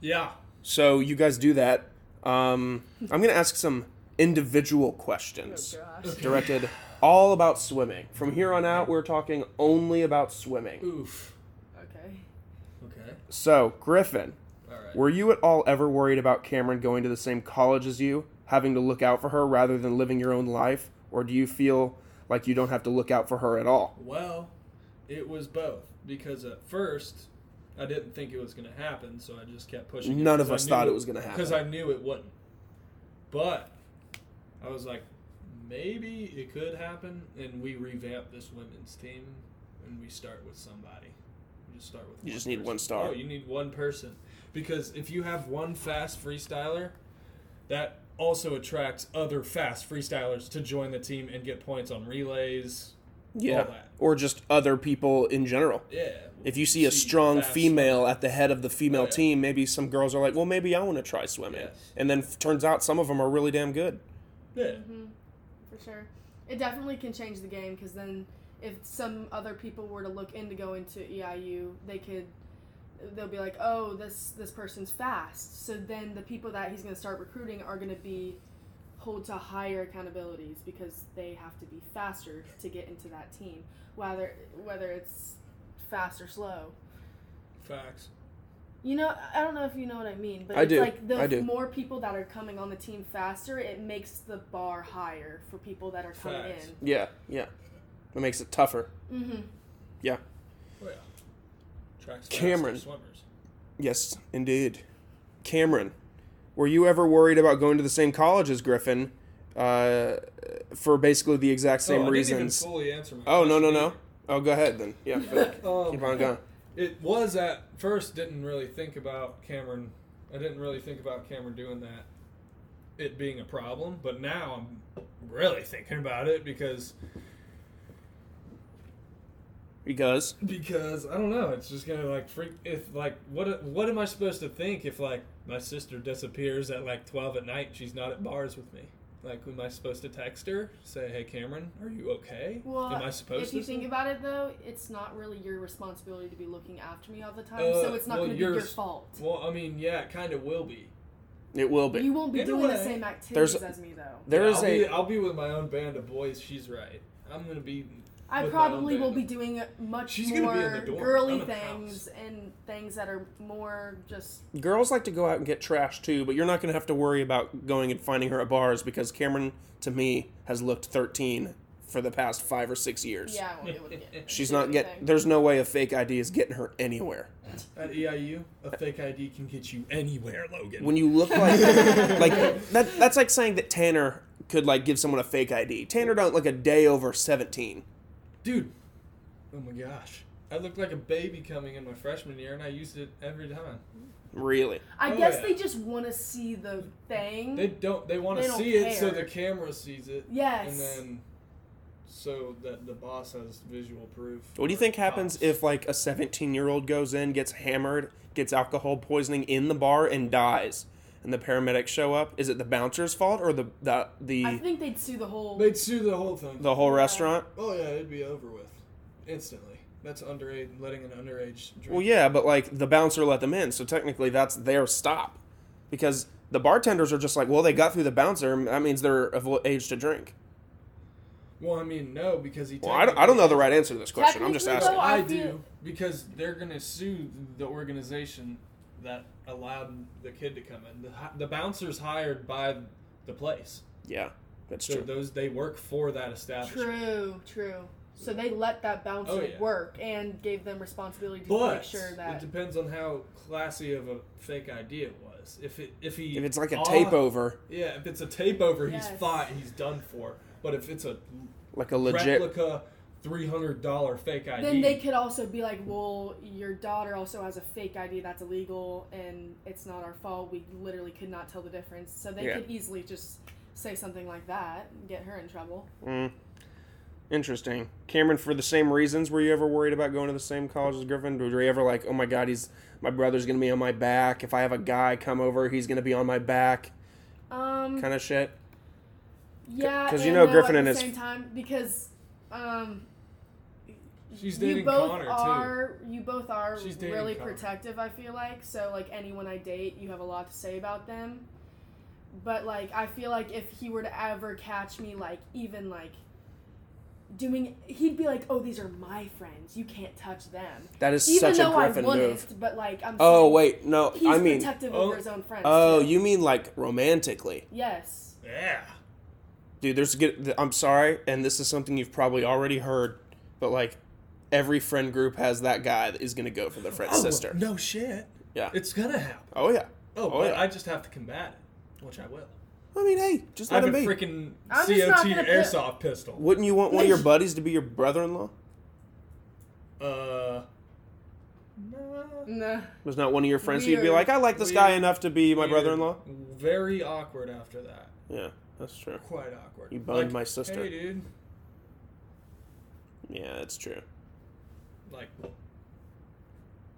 [SPEAKER 3] Yeah.
[SPEAKER 1] So you guys do that. Um, I'm gonna ask some individual
[SPEAKER 2] Oh
[SPEAKER 1] questions
[SPEAKER 2] gosh.
[SPEAKER 1] directed all about swimming. From here on out, we're talking only about swimming.
[SPEAKER 3] Oof.
[SPEAKER 2] Okay.
[SPEAKER 3] Okay.
[SPEAKER 1] So Griffin,
[SPEAKER 3] All right.
[SPEAKER 1] were you at all ever worried about Cameron going to the same college as you, having to look out for her rather than living your own life, or do you feel like you don't have to look out for her at all?
[SPEAKER 3] Well, it was both because at first I didn't think it was going to happen, so I just kept pushing.
[SPEAKER 1] None of us thought it was gonna
[SPEAKER 3] because
[SPEAKER 1] happen.
[SPEAKER 3] I knew it wouldn't. But I was like, maybe it could happen, and we revamp this women's team, and we start with somebody. We just start with.
[SPEAKER 1] You just need
[SPEAKER 3] person.
[SPEAKER 1] one star.
[SPEAKER 3] Oh, you need one person because if you have one fast freestyler, that also attracts other fast freestylers to join the team and get points on relays. All that.
[SPEAKER 1] Or just other people in general.
[SPEAKER 3] Yeah.
[SPEAKER 1] If you see a
[SPEAKER 3] See
[SPEAKER 1] strong
[SPEAKER 3] fast-
[SPEAKER 1] female at the head of the female
[SPEAKER 3] Oh, yeah.
[SPEAKER 1] team, maybe some girls are like, well, maybe I want to try swimming.
[SPEAKER 3] Yes.
[SPEAKER 1] And then f- turns out some of them are really damn good.
[SPEAKER 3] Yeah.
[SPEAKER 2] hmm For sure. It definitely can change the game because then if some other people were to look into going to EIU, they could they'll be like, "Oh, this this person's fast." So then the people that he's going to start recruiting are going to be hold to higher accountabilities because they have to be faster to get into that team, whether whether it's fast or slow.
[SPEAKER 3] Facts.
[SPEAKER 2] You know, I don't know if you know what I mean, but
[SPEAKER 1] I
[SPEAKER 2] it's
[SPEAKER 1] do.
[SPEAKER 2] like the
[SPEAKER 1] I do.
[SPEAKER 2] more people that are coming on the team faster, it makes the bar higher for people that are coming
[SPEAKER 3] Facts.
[SPEAKER 1] Yeah, yeah. That makes it tougher.
[SPEAKER 2] in. Mm-hmm.
[SPEAKER 3] Oh yeah. Tracks
[SPEAKER 1] Cameron.
[SPEAKER 3] faster swimmers.
[SPEAKER 1] Yes, indeed. Cameron, were you ever worried about going to the same college as Griffin uh, for basically the exact
[SPEAKER 3] Oh,
[SPEAKER 1] same
[SPEAKER 3] I didn't even
[SPEAKER 1] reasons?
[SPEAKER 3] fully answer my
[SPEAKER 1] Oh, no, no,
[SPEAKER 3] question
[SPEAKER 1] no.
[SPEAKER 3] either.
[SPEAKER 1] Oh, go ahead then. Yeah, but
[SPEAKER 3] Um,
[SPEAKER 1] keep on going.
[SPEAKER 3] It was at first didn't really think about Cameron. I didn't really think about Cameron doing that, it being a problem. But now I'm really thinking about it because
[SPEAKER 1] Because
[SPEAKER 3] because I don't know. It's just gonna like freak. If like what what am I supposed to think if like my sister disappears at like twelve at night? She's not at bars with me. Like, am I supposed to text her? Say, hey, Cameron, are you okay?
[SPEAKER 2] Well,
[SPEAKER 3] am I supposed
[SPEAKER 2] if you
[SPEAKER 3] to?
[SPEAKER 2] think about it, though, it's not really your responsibility to be looking after me all the time,
[SPEAKER 3] Uh,
[SPEAKER 2] so it's not
[SPEAKER 3] well,
[SPEAKER 2] going to be your
[SPEAKER 3] yours-
[SPEAKER 2] fault.
[SPEAKER 3] well, I mean, yeah, it kind of will be.
[SPEAKER 1] it will be.
[SPEAKER 2] you won't be
[SPEAKER 3] in a
[SPEAKER 2] doing the
[SPEAKER 3] way,
[SPEAKER 2] same activities
[SPEAKER 1] there's-
[SPEAKER 2] as me, though.
[SPEAKER 1] There
[SPEAKER 3] Yeah,
[SPEAKER 1] is
[SPEAKER 3] I'll
[SPEAKER 1] a
[SPEAKER 3] Be, I'll be with my own band of boys. She's right. I'm gonna be.
[SPEAKER 2] I
[SPEAKER 3] with my own
[SPEAKER 2] probably will
[SPEAKER 3] band.
[SPEAKER 2] be doing much
[SPEAKER 3] She's gonna be in
[SPEAKER 2] more
[SPEAKER 3] the dorms.
[SPEAKER 2] girly
[SPEAKER 3] I'm in the
[SPEAKER 2] things and things that are more just.
[SPEAKER 1] girls like to go out and get trash too, but you're not going to have to worry about going and finding her at bars because Cameron, to me, has looked 13 for the past five or six years.
[SPEAKER 2] Yeah, I won't be able to get.
[SPEAKER 1] She's
[SPEAKER 2] do
[SPEAKER 1] not get.
[SPEAKER 2] anything.
[SPEAKER 1] There's no way a fake ID is getting her anywhere.
[SPEAKER 3] At EIU, a fake ID can get you anywhere, Logan.
[SPEAKER 1] When you look like, like that, that's like saying that Tanner could like give someone a fake ID. Tanner don't like a day over 17.
[SPEAKER 3] Dude, oh my gosh, I looked like a baby coming in my freshman year, and I used it every time.
[SPEAKER 1] Really,
[SPEAKER 2] I
[SPEAKER 3] Oh,
[SPEAKER 2] guess
[SPEAKER 3] yeah.
[SPEAKER 2] they just want to see the thing.
[SPEAKER 3] They don't. They want
[SPEAKER 2] They
[SPEAKER 3] to
[SPEAKER 2] don't
[SPEAKER 3] see it, so
[SPEAKER 2] care.
[SPEAKER 3] the camera sees it,
[SPEAKER 2] yes.
[SPEAKER 3] and then so that the boss has visual proof.
[SPEAKER 1] what do you
[SPEAKER 3] for
[SPEAKER 1] think happens
[SPEAKER 3] cops.
[SPEAKER 1] if like a 17 year old goes in, gets hammered, gets alcohol poisoning in the bar, and dies? And the paramedics show up. Is it the bouncer's fault or the the the
[SPEAKER 2] I think they'd sue the whole.
[SPEAKER 3] they'd sue the whole thing?
[SPEAKER 1] The whole
[SPEAKER 2] Yeah.
[SPEAKER 1] restaurant?
[SPEAKER 3] oh yeah, it'd be over with instantly. That's underage, letting an underage drink.
[SPEAKER 1] Well, yeah, but like the bouncer let them in, so technically that's their stop. Because the bartenders are just like, well, they got through the bouncer, that means they're of age to drink.
[SPEAKER 3] Well, I mean, no, because he.
[SPEAKER 1] Well, I don't, I don't know the right answer to this question. I'm just
[SPEAKER 2] Technically,
[SPEAKER 1] asking.
[SPEAKER 2] though,
[SPEAKER 3] I,
[SPEAKER 2] I
[SPEAKER 3] do
[SPEAKER 2] feel-
[SPEAKER 3] because they're gonna sue the organization that allowed the kid to come in. The, hi- the bouncer's hired by the place,
[SPEAKER 1] Yeah, that's
[SPEAKER 3] so
[SPEAKER 1] true.
[SPEAKER 3] those they work for that establishment.
[SPEAKER 2] True, true. So they let that bouncer
[SPEAKER 3] Oh, yeah.
[SPEAKER 2] work and gave them responsibility to
[SPEAKER 3] But
[SPEAKER 2] make sure
[SPEAKER 3] it
[SPEAKER 2] that.
[SPEAKER 3] depends on how classy of a fake idea it was. this. If it if he
[SPEAKER 1] If it's like a
[SPEAKER 3] off-
[SPEAKER 1] tape over,
[SPEAKER 3] yeah, if it's a tape over,
[SPEAKER 2] Yes.
[SPEAKER 3] he's fine. He's done for. But if it's a
[SPEAKER 1] like a legit.
[SPEAKER 3] replica three hundred dollar fake ID,
[SPEAKER 2] Then they could also be like, well, your daughter also has a fake ID that's illegal and it's not our fault. We literally could not tell the difference. So they
[SPEAKER 1] Yeah.
[SPEAKER 2] could easily just say something like that and get her in trouble.
[SPEAKER 1] Mm. Interesting. Cameron, for the same reasons, were you ever worried about going to the same college as Griffin? Were you ever like, oh my god, he's my brother's gonna be on my back. If I have a guy come over, he's gonna be on my back,
[SPEAKER 2] Um,
[SPEAKER 1] kind of shit.
[SPEAKER 2] yeah,
[SPEAKER 1] 'cause
[SPEAKER 2] because
[SPEAKER 1] you know Griffin
[SPEAKER 2] at
[SPEAKER 1] and
[SPEAKER 2] the
[SPEAKER 1] his-
[SPEAKER 2] same time because um,
[SPEAKER 3] She's
[SPEAKER 2] you
[SPEAKER 3] dating
[SPEAKER 2] both
[SPEAKER 3] Connor, too.
[SPEAKER 2] are you both are
[SPEAKER 3] She's dating
[SPEAKER 2] really
[SPEAKER 3] Connor.
[SPEAKER 2] protective. I feel like so like anyone I date, you have a lot to say about them. But like I feel like if he were to ever catch me, like even like doing, he'd be like, "Oh, these are my friends. You can't touch them."
[SPEAKER 1] That is
[SPEAKER 2] Even
[SPEAKER 1] such a
[SPEAKER 2] though I
[SPEAKER 1] Griffin
[SPEAKER 2] wouldn't,
[SPEAKER 1] move.
[SPEAKER 2] but like I'm.
[SPEAKER 1] Oh
[SPEAKER 2] saying
[SPEAKER 1] wait, no,
[SPEAKER 2] he's
[SPEAKER 1] I mean,
[SPEAKER 2] protective
[SPEAKER 3] Oh.
[SPEAKER 2] over his own friends.
[SPEAKER 1] oh,
[SPEAKER 2] too.
[SPEAKER 1] you mean like romantically,
[SPEAKER 2] yes.
[SPEAKER 3] yeah.
[SPEAKER 1] dude? There's good. I'm sorry, and this is something you've probably already heard, but like. Every friend group has that guy that is going to go for their friend's
[SPEAKER 3] Oh,
[SPEAKER 1] sister.
[SPEAKER 3] No shit.
[SPEAKER 1] Yeah.
[SPEAKER 3] It's gonna happen.
[SPEAKER 1] Oh yeah.
[SPEAKER 3] Oh,
[SPEAKER 1] Oh,
[SPEAKER 3] but
[SPEAKER 1] yeah.
[SPEAKER 3] I just have to combat it, which I will.
[SPEAKER 1] I mean, hey, just
[SPEAKER 3] I
[SPEAKER 1] let
[SPEAKER 3] have a
[SPEAKER 1] him be.
[SPEAKER 3] freaking
[SPEAKER 2] I'm just not
[SPEAKER 3] COT
[SPEAKER 2] gonna put-
[SPEAKER 3] airsoft pistol.
[SPEAKER 1] Wouldn't you want one of your buddies to be your brother-in-law?
[SPEAKER 3] Uh. nah.
[SPEAKER 2] Nah.
[SPEAKER 1] Was not one of your friends who you'd be
[SPEAKER 2] Weird.
[SPEAKER 1] like, I like this
[SPEAKER 3] Weird.
[SPEAKER 1] guy enough to be my
[SPEAKER 3] Weird.
[SPEAKER 1] brother-in-law?
[SPEAKER 3] Very awkward after that.
[SPEAKER 1] Yeah, that's true.
[SPEAKER 3] Quite awkward.
[SPEAKER 1] You boned my sister.
[SPEAKER 3] Hey, dude.
[SPEAKER 1] Yeah, that's true.
[SPEAKER 3] Like,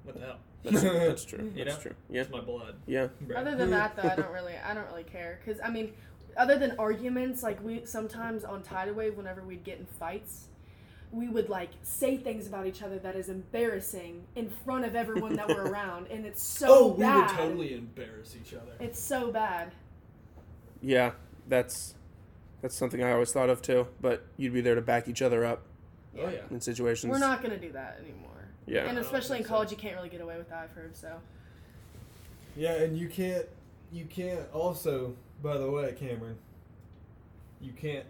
[SPEAKER 3] what the hell?
[SPEAKER 1] That's, that's true.
[SPEAKER 3] You
[SPEAKER 1] That's
[SPEAKER 3] know?
[SPEAKER 1] true. Yeah,
[SPEAKER 3] It's my blood.
[SPEAKER 1] yeah.
[SPEAKER 3] bro.
[SPEAKER 2] Other than that, though, I don't really, I don't really care. Cause I mean, other than arguments, like we sometimes on tidal wave, whenever we'd get in fights, we would like say things about each other that is embarrassing in front of everyone that we're around, and it's so
[SPEAKER 3] oh, we
[SPEAKER 2] bad.
[SPEAKER 3] would totally embarrass each other.
[SPEAKER 2] It's so bad.
[SPEAKER 1] Yeah, that's that's something I always thought of too. But you'd be there to back each other up
[SPEAKER 3] Oh yeah.
[SPEAKER 1] in situations.
[SPEAKER 2] We're not gonna do that anymore.
[SPEAKER 1] Yeah.
[SPEAKER 2] And
[SPEAKER 3] I don't
[SPEAKER 2] especially in
[SPEAKER 3] think so.
[SPEAKER 2] college, you can't really get away with that. I've heard so.
[SPEAKER 3] Yeah, and you can't. You can't. Also, by the way, Cameron, you can't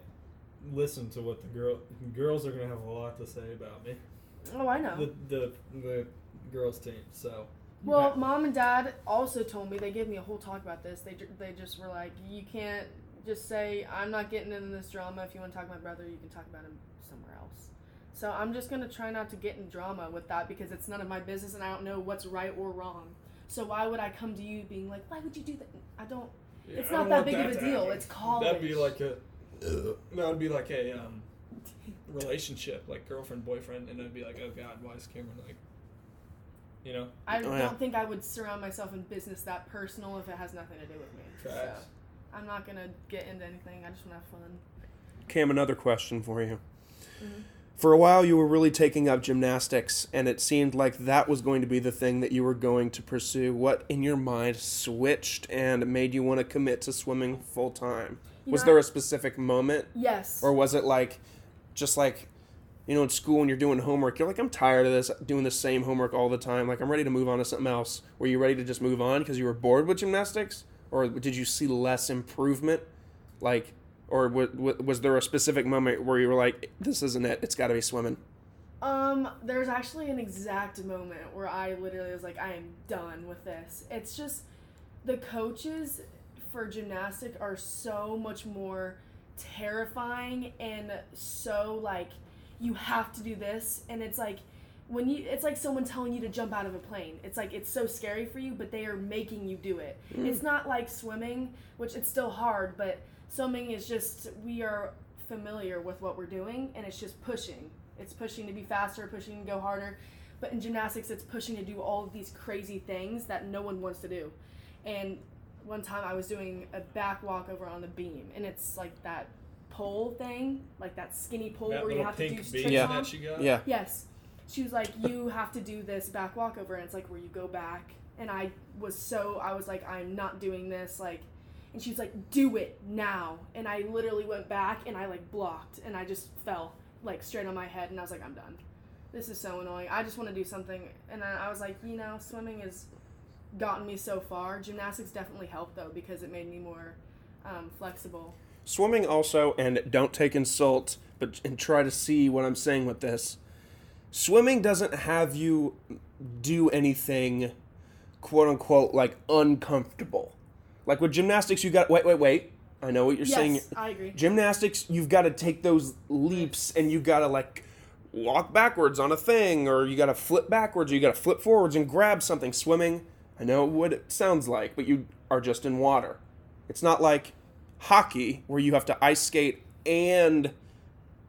[SPEAKER 3] listen to what the girl girls are gonna have a lot to say about me.
[SPEAKER 2] Oh, I know.
[SPEAKER 3] The the the girls team. So. you
[SPEAKER 2] Well,
[SPEAKER 3] have-
[SPEAKER 2] mom and dad also told me they gave me a whole talk about this. They ju- they just were like, you can't just say I'm not getting in this drama. If you want to talk about my brother, you can talk about him somewhere else. So I'm just gonna try not to get in drama with that because it's none of my business and I don't know what's right or wrong. So why would I come to you being like, why would you do that? I don't.
[SPEAKER 3] Yeah,
[SPEAKER 2] it's
[SPEAKER 3] I
[SPEAKER 2] not
[SPEAKER 3] don't
[SPEAKER 2] that
[SPEAKER 3] want
[SPEAKER 2] big of a
[SPEAKER 3] to
[SPEAKER 2] deal.
[SPEAKER 3] happen.
[SPEAKER 2] It's college.
[SPEAKER 3] That'd be like a. That would be like a um, relationship, like girlfriend boyfriend, and I'd be like, oh god, why is Cameron like, you know,
[SPEAKER 2] I
[SPEAKER 1] Oh,
[SPEAKER 2] don't
[SPEAKER 1] yeah.
[SPEAKER 2] think I would surround myself in business that personal if it has nothing to do with me. So
[SPEAKER 3] tracks.
[SPEAKER 2] I'm not gonna get into anything. I just wanna have fun.
[SPEAKER 1] Cam, another question for you.
[SPEAKER 3] Mm-hmm.
[SPEAKER 2] Mhm.
[SPEAKER 1] For a while, you were really taking up gymnastics, and it seemed like that was going to be the thing that you were going to pursue. What in your mind switched and made you want to commit to swimming full time?
[SPEAKER 2] You
[SPEAKER 1] Was
[SPEAKER 2] know,
[SPEAKER 1] there a specific moment
[SPEAKER 2] Yes.
[SPEAKER 1] Or was it like, just like, you know, in school when you're doing homework, you're like, I'm tired of this, doing the same homework all the time. Like, I'm ready to move on to something else. Were you ready to just move on because you were bored with gymnastics? Or did you see less improvement? Like, or w- w- was there a specific moment where you were like, this isn't it, it's got to be swimming?
[SPEAKER 2] Um, there's actually an exact moment where I literally was like, I am done with this. It's just the coaches for gymnastic are so much more terrifying and so like you have to do this and it's like when you it's like someone telling you to jump out of a plane it's like it's so scary for you but they are making you do it it's not like swimming which it's still hard but swimming is just we are familiar with what we're doing and it's just pushing it's pushing to be faster pushing to go harder but in gymnastics it's pushing to do all of these crazy things that no one wants to do and one time i was doing a back walk over on the beam and it's like that pole thing like that skinny pole
[SPEAKER 3] That
[SPEAKER 2] where you
[SPEAKER 3] little
[SPEAKER 2] have to do
[SPEAKER 3] pink
[SPEAKER 2] tricks
[SPEAKER 3] bean
[SPEAKER 1] Yeah.
[SPEAKER 2] on.
[SPEAKER 3] that she got.
[SPEAKER 1] Yeah.
[SPEAKER 2] Yes. She was like, You have to do this back walkover. And it's like, Where you go back. And I was so, I was like, I'm not doing this. Like, and she was like, Do it now. And I literally went back and I like blocked and I just fell like straight on my head. And I was like, I'm done. This is so annoying. I just want to do something. And then I was like, You know, swimming has gotten me so far. Gymnastics definitely helped though because it made me more um, flexible.
[SPEAKER 1] Swimming also, and don't take insult, but and try to see what I'm saying with this. Swimming doesn't have you do anything quote unquote like uncomfortable. Like with gymnastics, you got wait, wait, wait. I know what you're
[SPEAKER 2] yes,
[SPEAKER 1] saying.
[SPEAKER 2] I agree.
[SPEAKER 1] Gymnastics, you've got to take those leaps and you got to like walk backwards on a thing, or you got to flip backwards, or you got to flip forwards and grab something. Swimming, I know what it sounds like, but you are just in water. It's not like hockey where you have to ice skate and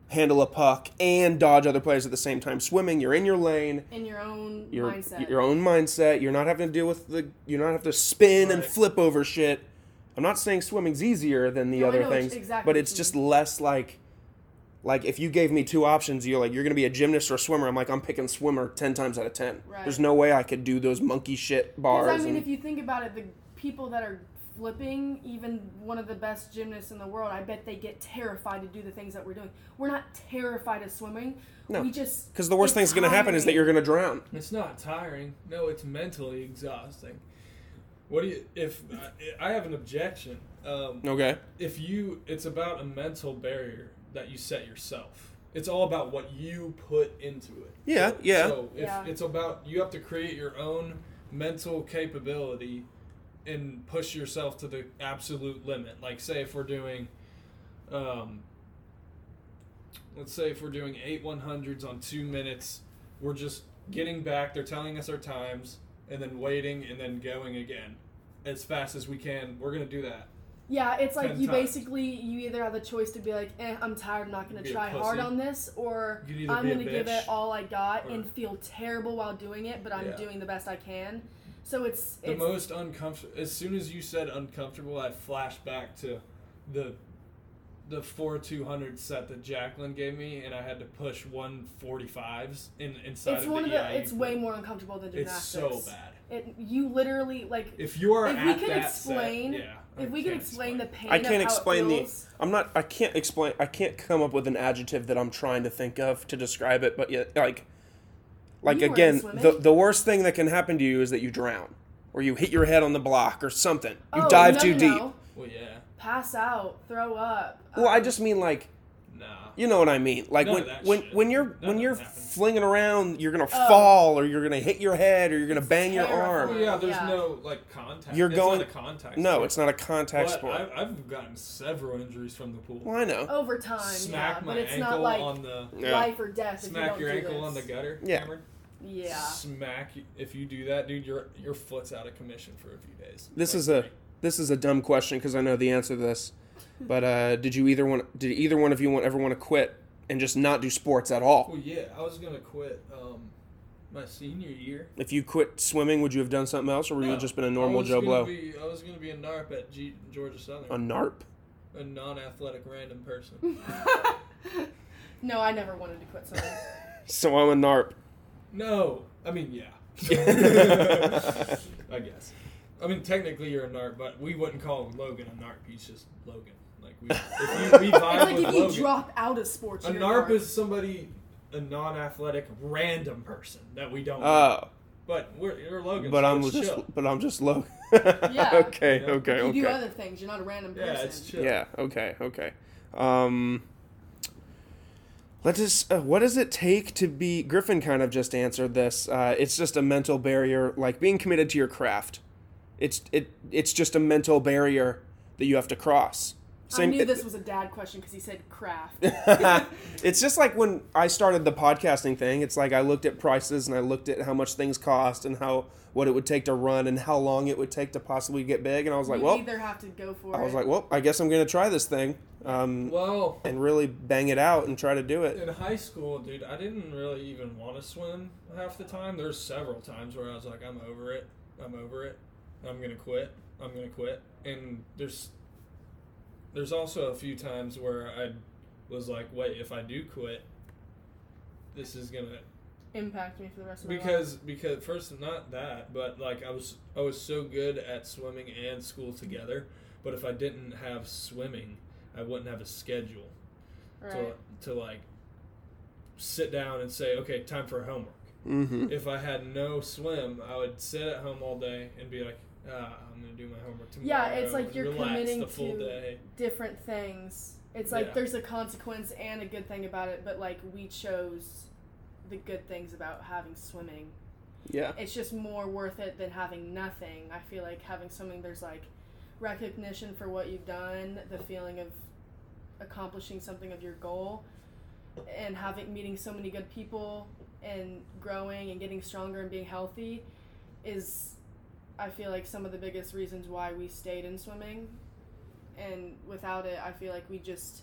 [SPEAKER 1] handle a puck and dodge other players at the same time. Swimming, you're in your lane
[SPEAKER 2] In your own
[SPEAKER 1] your
[SPEAKER 2] mindset.
[SPEAKER 1] your own mindset. You're not having to deal with the. You don't have to spin and
[SPEAKER 3] Right.
[SPEAKER 1] flip over shit. I'm not saying swimming's easier than the
[SPEAKER 2] No, I
[SPEAKER 1] other
[SPEAKER 2] know ex-
[SPEAKER 1] things,
[SPEAKER 2] exactly
[SPEAKER 1] but
[SPEAKER 2] what
[SPEAKER 1] it's
[SPEAKER 2] you
[SPEAKER 1] just
[SPEAKER 2] mean.
[SPEAKER 1] less like, like if you gave me two options, you're like you're gonna be a gymnast or a swimmer. I'm like I'm picking swimmer ten times out of ten.
[SPEAKER 2] Right.
[SPEAKER 1] There's no way I could do those monkey shit bars.
[SPEAKER 2] Because I mean,
[SPEAKER 1] and-
[SPEAKER 2] if you think about it, the people that are flipping, even one of the best gymnasts in the world, I bet they get terrified to do the things that we're doing. We're not terrified of swimming.
[SPEAKER 1] No.
[SPEAKER 2] We just
[SPEAKER 1] because the worst
[SPEAKER 2] it's
[SPEAKER 1] thing's gonna happen is that
[SPEAKER 2] tiring.
[SPEAKER 1] you're gonna drown.
[SPEAKER 3] It's not tiring. No, it's mentally exhausting. What do you if I, I have an objection? Um,
[SPEAKER 1] Okay.
[SPEAKER 3] if you it's about a mental barrier that you set yourself it's all about what you put into it
[SPEAKER 1] Yeah, yeah.
[SPEAKER 3] so if
[SPEAKER 2] Yeah.
[SPEAKER 3] it's about you have to create your own mental capability and push yourself to the absolute limit like say if we're doing um let's say if we're doing eight 100s on two minutes we're just getting back they're telling us our times and then waiting and then going again as fast as we can we're gonna do that
[SPEAKER 2] Yeah, it's like
[SPEAKER 3] Ten
[SPEAKER 2] you
[SPEAKER 3] times.
[SPEAKER 2] basically you either have the choice to be like, eh, I'm tired, I'm not gonna
[SPEAKER 3] Be a
[SPEAKER 2] try hard
[SPEAKER 3] pussy.
[SPEAKER 2] on this, or
[SPEAKER 3] You can either
[SPEAKER 2] I'm
[SPEAKER 3] be a
[SPEAKER 2] gonna give
[SPEAKER 3] bitch
[SPEAKER 2] it all I got
[SPEAKER 3] or-
[SPEAKER 2] and feel terrible while doing it, but I'm
[SPEAKER 3] Yeah.
[SPEAKER 2] doing the best I can. So it's
[SPEAKER 3] The
[SPEAKER 2] it's
[SPEAKER 3] most uncomfortable. As soon as you said uncomfortable, I flashed back to the the four two hundred set that Jacqueline gave me, and I had to push one forty fives in inside
[SPEAKER 2] it's
[SPEAKER 3] of
[SPEAKER 2] one
[SPEAKER 3] the. E
[SPEAKER 2] of the
[SPEAKER 3] EIE
[SPEAKER 2] it's way
[SPEAKER 3] group.
[SPEAKER 2] more uncomfortable than
[SPEAKER 3] It's
[SPEAKER 2] gymnastics.
[SPEAKER 3] so bad.
[SPEAKER 2] It you literally like
[SPEAKER 3] If you are
[SPEAKER 2] If we
[SPEAKER 3] at
[SPEAKER 2] can
[SPEAKER 3] that
[SPEAKER 2] explain-
[SPEAKER 3] set, yeah, I
[SPEAKER 2] if we could
[SPEAKER 3] can't
[SPEAKER 2] explain the pain,
[SPEAKER 1] I can't
[SPEAKER 2] of how
[SPEAKER 1] explain
[SPEAKER 2] it
[SPEAKER 1] the-
[SPEAKER 2] feels,
[SPEAKER 1] I'm not. I can't explain. I can't come up with an adjective that I'm trying to think of to describe it. But yet, like, like
[SPEAKER 2] You were
[SPEAKER 1] again,
[SPEAKER 2] swimming.
[SPEAKER 1] the the worst thing that can happen to you is that you drown, or you hit your head on the block, or something. You
[SPEAKER 2] Oh,
[SPEAKER 1] dive
[SPEAKER 2] no,
[SPEAKER 1] too
[SPEAKER 2] no,
[SPEAKER 1] deep.
[SPEAKER 2] no.
[SPEAKER 3] Well, yeah,
[SPEAKER 2] pass out, throw up. Um,
[SPEAKER 1] Well, I just mean like,
[SPEAKER 3] nah.
[SPEAKER 1] you know what I mean. Like
[SPEAKER 3] None
[SPEAKER 1] when
[SPEAKER 3] of that
[SPEAKER 1] when
[SPEAKER 3] shit.
[SPEAKER 1] when you're
[SPEAKER 3] None
[SPEAKER 1] when
[SPEAKER 3] of
[SPEAKER 1] you're
[SPEAKER 3] that happens.
[SPEAKER 1] flinging around, you're gonna
[SPEAKER 2] Oh.
[SPEAKER 1] fall, or you're gonna hit your head, or you're gonna
[SPEAKER 2] It's
[SPEAKER 1] bang your
[SPEAKER 2] terrifying.
[SPEAKER 1] arm.
[SPEAKER 3] Well, yeah, there's
[SPEAKER 2] Yeah.
[SPEAKER 3] no like contact.
[SPEAKER 1] You're
[SPEAKER 3] it's
[SPEAKER 1] going-
[SPEAKER 3] Not a contact.
[SPEAKER 1] No,
[SPEAKER 3] sport.
[SPEAKER 1] it's not a contact
[SPEAKER 3] But
[SPEAKER 1] sport.
[SPEAKER 3] I, I've gotten several injuries from the pool.
[SPEAKER 1] well, I know.
[SPEAKER 2] over time,
[SPEAKER 3] Smack
[SPEAKER 2] yeah,
[SPEAKER 3] my
[SPEAKER 2] but it's
[SPEAKER 3] ankle
[SPEAKER 2] not like
[SPEAKER 3] on the.
[SPEAKER 1] Yeah.
[SPEAKER 2] Oh, life or death. if you
[SPEAKER 3] Smack
[SPEAKER 2] don't
[SPEAKER 3] your
[SPEAKER 2] do
[SPEAKER 3] ankle on the
[SPEAKER 2] this.
[SPEAKER 3] gutter.
[SPEAKER 1] Yeah.
[SPEAKER 3] Cameron.
[SPEAKER 2] Yeah.
[SPEAKER 3] smack you- if you do that dude your your foot's out of commission for a few days
[SPEAKER 1] This
[SPEAKER 3] Like,
[SPEAKER 1] is a this is a dumb question because I know the answer to this,
[SPEAKER 3] Hmm.
[SPEAKER 1] but uh, did you either want did either one of you want, ever want to quit and just not do sports at all?
[SPEAKER 3] well yeah i was gonna quit um my senior year
[SPEAKER 1] If you quit swimming, would you have done something else, or would you
[SPEAKER 3] No.
[SPEAKER 1] have just been
[SPEAKER 3] I
[SPEAKER 1] a normal
[SPEAKER 3] was
[SPEAKER 1] Joe
[SPEAKER 3] gonna
[SPEAKER 1] Blow,
[SPEAKER 3] be- i was gonna be a narp at G- georgia southern
[SPEAKER 1] a narp?
[SPEAKER 3] a non-athletic random person
[SPEAKER 2] no, I never wanted to quit swimming.
[SPEAKER 1] So I'm a narp.
[SPEAKER 3] no i mean yeah i guess i mean technically you're a narp but we wouldn't call logan a narp he's just logan like we, if you, we
[SPEAKER 2] it's
[SPEAKER 3] vibe
[SPEAKER 2] like
[SPEAKER 3] with
[SPEAKER 2] if you
[SPEAKER 3] logan
[SPEAKER 2] drop out of sports.
[SPEAKER 3] a
[SPEAKER 2] you're
[SPEAKER 3] narp is somebody a non-athletic random person that we don't
[SPEAKER 1] Oh,
[SPEAKER 3] But we're, we're Logan.
[SPEAKER 1] but
[SPEAKER 3] so
[SPEAKER 1] I'm
[SPEAKER 3] it's
[SPEAKER 1] just
[SPEAKER 3] chill.
[SPEAKER 1] but I'm just low.
[SPEAKER 2] Yeah.
[SPEAKER 1] Okay.
[SPEAKER 3] Yeah.
[SPEAKER 1] Okay.
[SPEAKER 2] You
[SPEAKER 1] okay.
[SPEAKER 2] do other things. You're not a random person.
[SPEAKER 3] Yeah, it's chill.
[SPEAKER 1] Yeah. Okay. Okay. Um, let us. Uh, what does it take to be? Griffin kind of just answered this. Uh, it's just a mental barrier, like being committed to your craft. It's it. It's just a mental barrier that you have to cross.
[SPEAKER 2] I knew
[SPEAKER 1] it-
[SPEAKER 2] this was a dad question because he said craft.
[SPEAKER 1] it's just like when I started the podcasting thing. It's like I looked at prices and I looked at how much things cost and how what it would take to run and how long it would take to possibly get big. And I was like,
[SPEAKER 2] you
[SPEAKER 1] well,
[SPEAKER 2] either have to go for
[SPEAKER 1] I was
[SPEAKER 2] it.
[SPEAKER 1] like, well, I guess I'm gonna try this thing. Um,
[SPEAKER 3] Well,
[SPEAKER 1] and really bang it out and try to do it.
[SPEAKER 3] in high school, dude, I didn't really even want to swim half the time. There's several times where I was like, I'm over it. I'm over it. I'm gonna quit. I'm gonna quit. And there's there's also a few times where I was like, wait, if I do quit, this is gonna
[SPEAKER 2] impact me for the rest of my life.
[SPEAKER 3] because because first not that but like i was i was so good at swimming and school together but if i didn't have swimming i wouldn't have a schedule
[SPEAKER 2] Right.
[SPEAKER 3] to, to like sit down and say okay time for homework
[SPEAKER 1] Mm-hmm.
[SPEAKER 3] if i had no swim i would sit at home all day and be like ah, i'm gonna do my homework tomorrow
[SPEAKER 2] Yeah, it's like
[SPEAKER 3] and
[SPEAKER 2] you're
[SPEAKER 3] relax
[SPEAKER 2] committing
[SPEAKER 3] the full
[SPEAKER 2] to-
[SPEAKER 3] day
[SPEAKER 2] Different things. It's like
[SPEAKER 3] Yeah.
[SPEAKER 2] there's a consequence and a good thing about it, but like we chose the good things about having swimming
[SPEAKER 1] Yeah.
[SPEAKER 2] it's just more worth it than having nothing. I feel like having something there's like recognition for what you've done, the feeling of accomplishing something of your goal, and having meeting so many good people and growing and getting stronger and being healthy is I feel like some of the biggest reasons why we stayed in swimming. And without it, I feel like we just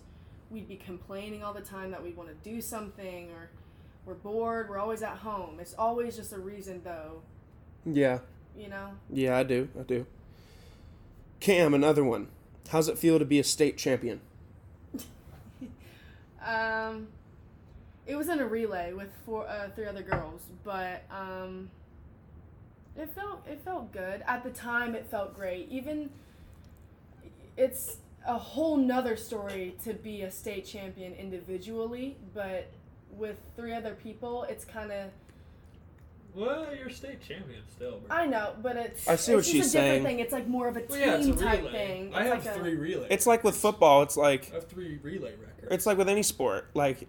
[SPEAKER 2] we'd be complaining all the time that we'd want to do something or we're bored, we're always at home. It's always just a reason though,
[SPEAKER 1] Yeah.
[SPEAKER 2] you know?
[SPEAKER 1] Yeah, I do. I do. Cam, another one. How's it feel to be a state champion?
[SPEAKER 2] Um it was in a relay with four uh, three other girls, but um it felt it felt good. At the time it felt great. Even it's a whole nother story to be a state champion individually, but with three other people, it's kind of
[SPEAKER 3] Well, you're state champion still, bro.
[SPEAKER 2] I know, but it's
[SPEAKER 1] I see what
[SPEAKER 2] it's just
[SPEAKER 1] she's
[SPEAKER 2] a
[SPEAKER 1] saying.
[SPEAKER 2] different thing. It's like more of a team
[SPEAKER 3] well, yeah, it's a
[SPEAKER 2] type
[SPEAKER 3] relay.
[SPEAKER 2] thing.
[SPEAKER 3] I
[SPEAKER 2] It's
[SPEAKER 3] have
[SPEAKER 2] like a-
[SPEAKER 3] three relays.
[SPEAKER 1] It's like with football. It's like
[SPEAKER 3] I have three relay records.
[SPEAKER 1] it's like with any sport. Like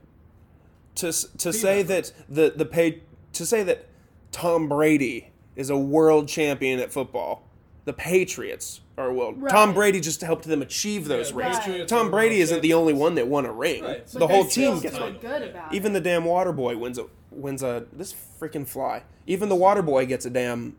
[SPEAKER 1] to s- to
[SPEAKER 3] Team
[SPEAKER 1] say
[SPEAKER 3] effort.
[SPEAKER 1] that the the pay to say that Tom Brady is a world champion at football. The Patriots are world. Tom
[SPEAKER 2] Right.
[SPEAKER 1] Brady just helped them achieve those
[SPEAKER 3] Yeah,
[SPEAKER 1] rings.
[SPEAKER 3] Patriots
[SPEAKER 1] Tom
[SPEAKER 3] are
[SPEAKER 1] Brady
[SPEAKER 3] world
[SPEAKER 1] isn't the only one that won a ring.
[SPEAKER 3] Right, so
[SPEAKER 1] the
[SPEAKER 2] they
[SPEAKER 1] whole
[SPEAKER 2] still
[SPEAKER 1] team gets
[SPEAKER 2] feel
[SPEAKER 1] one.
[SPEAKER 3] one.
[SPEAKER 2] Good
[SPEAKER 3] Yeah.
[SPEAKER 2] about
[SPEAKER 1] Even the damn water boy wins a wins a this freaking fly. Even the water boy gets a damn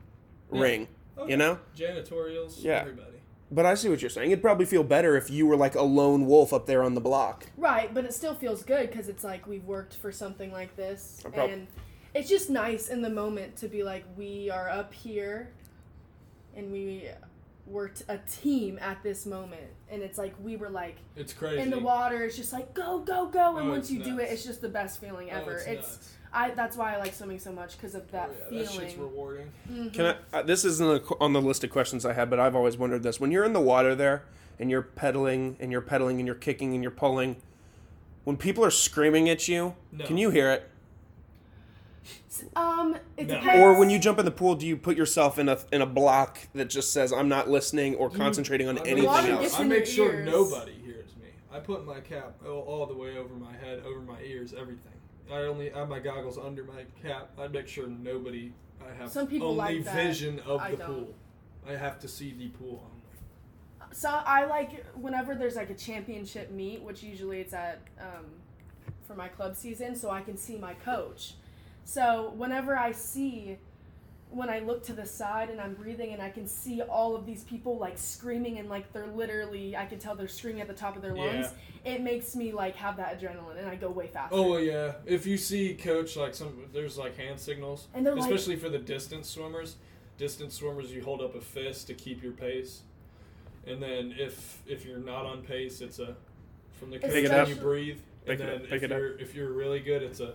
[SPEAKER 3] Yeah.
[SPEAKER 1] ring.
[SPEAKER 3] Oh,
[SPEAKER 1] You know?
[SPEAKER 3] janitorials.
[SPEAKER 1] Yeah.
[SPEAKER 3] everybody.
[SPEAKER 1] But I see what you're saying. It'd probably feel better if you were like a lone wolf up there on the block.
[SPEAKER 2] it. right, but it still feels good because it's like we've worked for something like this,
[SPEAKER 1] No problem.
[SPEAKER 2] and it's just nice in the moment to be like we are up here, and we were t- a team at this moment, and it's like we were like
[SPEAKER 3] It's crazy.
[SPEAKER 2] in the water. It's just like go go go, and
[SPEAKER 3] Oh,
[SPEAKER 2] once
[SPEAKER 3] it's
[SPEAKER 2] you do it,
[SPEAKER 3] nuts.
[SPEAKER 2] it's just the best feeling
[SPEAKER 3] Oh,
[SPEAKER 2] ever.
[SPEAKER 3] it's,
[SPEAKER 2] it's
[SPEAKER 3] nuts.
[SPEAKER 2] I that's why I like swimming so much because of that
[SPEAKER 3] oh, yeah, That shit's
[SPEAKER 2] feeling.
[SPEAKER 3] rewarding.
[SPEAKER 1] Can I? Uh, this isn't a, on the list of questions I had, but I've always wondered this. When you're in the water there and you're pedaling and you're pedaling and you're kicking and you're pulling, when people are screaming at you,
[SPEAKER 3] No.
[SPEAKER 1] can you hear it?
[SPEAKER 2] um, it
[SPEAKER 3] No.
[SPEAKER 2] depends.
[SPEAKER 1] Or when you jump in the pool, do you put yourself in a in a block that just says "I'm not listening" or concentrating on
[SPEAKER 3] I
[SPEAKER 1] anything
[SPEAKER 2] Water
[SPEAKER 1] else?
[SPEAKER 2] gets
[SPEAKER 3] I
[SPEAKER 2] in
[SPEAKER 3] make
[SPEAKER 2] your
[SPEAKER 3] sure
[SPEAKER 2] ears.
[SPEAKER 3] nobody hears me. I put my cap all, all the way over my head, over my ears, everything. I only I have my goggles under my cap. I make sure nobody. I have
[SPEAKER 2] Some people
[SPEAKER 3] only
[SPEAKER 2] like that.
[SPEAKER 3] vision of
[SPEAKER 2] I
[SPEAKER 3] the
[SPEAKER 2] don't.
[SPEAKER 3] pool. I have to see the pool only.
[SPEAKER 2] So I like whenever there's like a championship meet, which usually it's at um, for my club season, so I can see my coach. So whenever I see, when I look to the side and I'm breathing and I can see all of these people like screaming and like they're literally, I can tell they're screaming at the top of their lungs. It makes me like have that adrenaline and I go way faster.
[SPEAKER 3] Oh well, yeah. If you see coach like some, there's like hand signals,
[SPEAKER 2] and they're like,
[SPEAKER 3] especially for the distance swimmers. Distance swimmers, you hold up a fist to keep your pace, and then if if you're not on pace, it's a from the
[SPEAKER 2] It's
[SPEAKER 3] coach
[SPEAKER 1] Pick it
[SPEAKER 3] and
[SPEAKER 1] up.
[SPEAKER 3] you breathe.
[SPEAKER 1] Pick it
[SPEAKER 3] and
[SPEAKER 1] up,
[SPEAKER 3] then
[SPEAKER 1] pick
[SPEAKER 3] if
[SPEAKER 1] it up.
[SPEAKER 3] you're if you're really good, it's a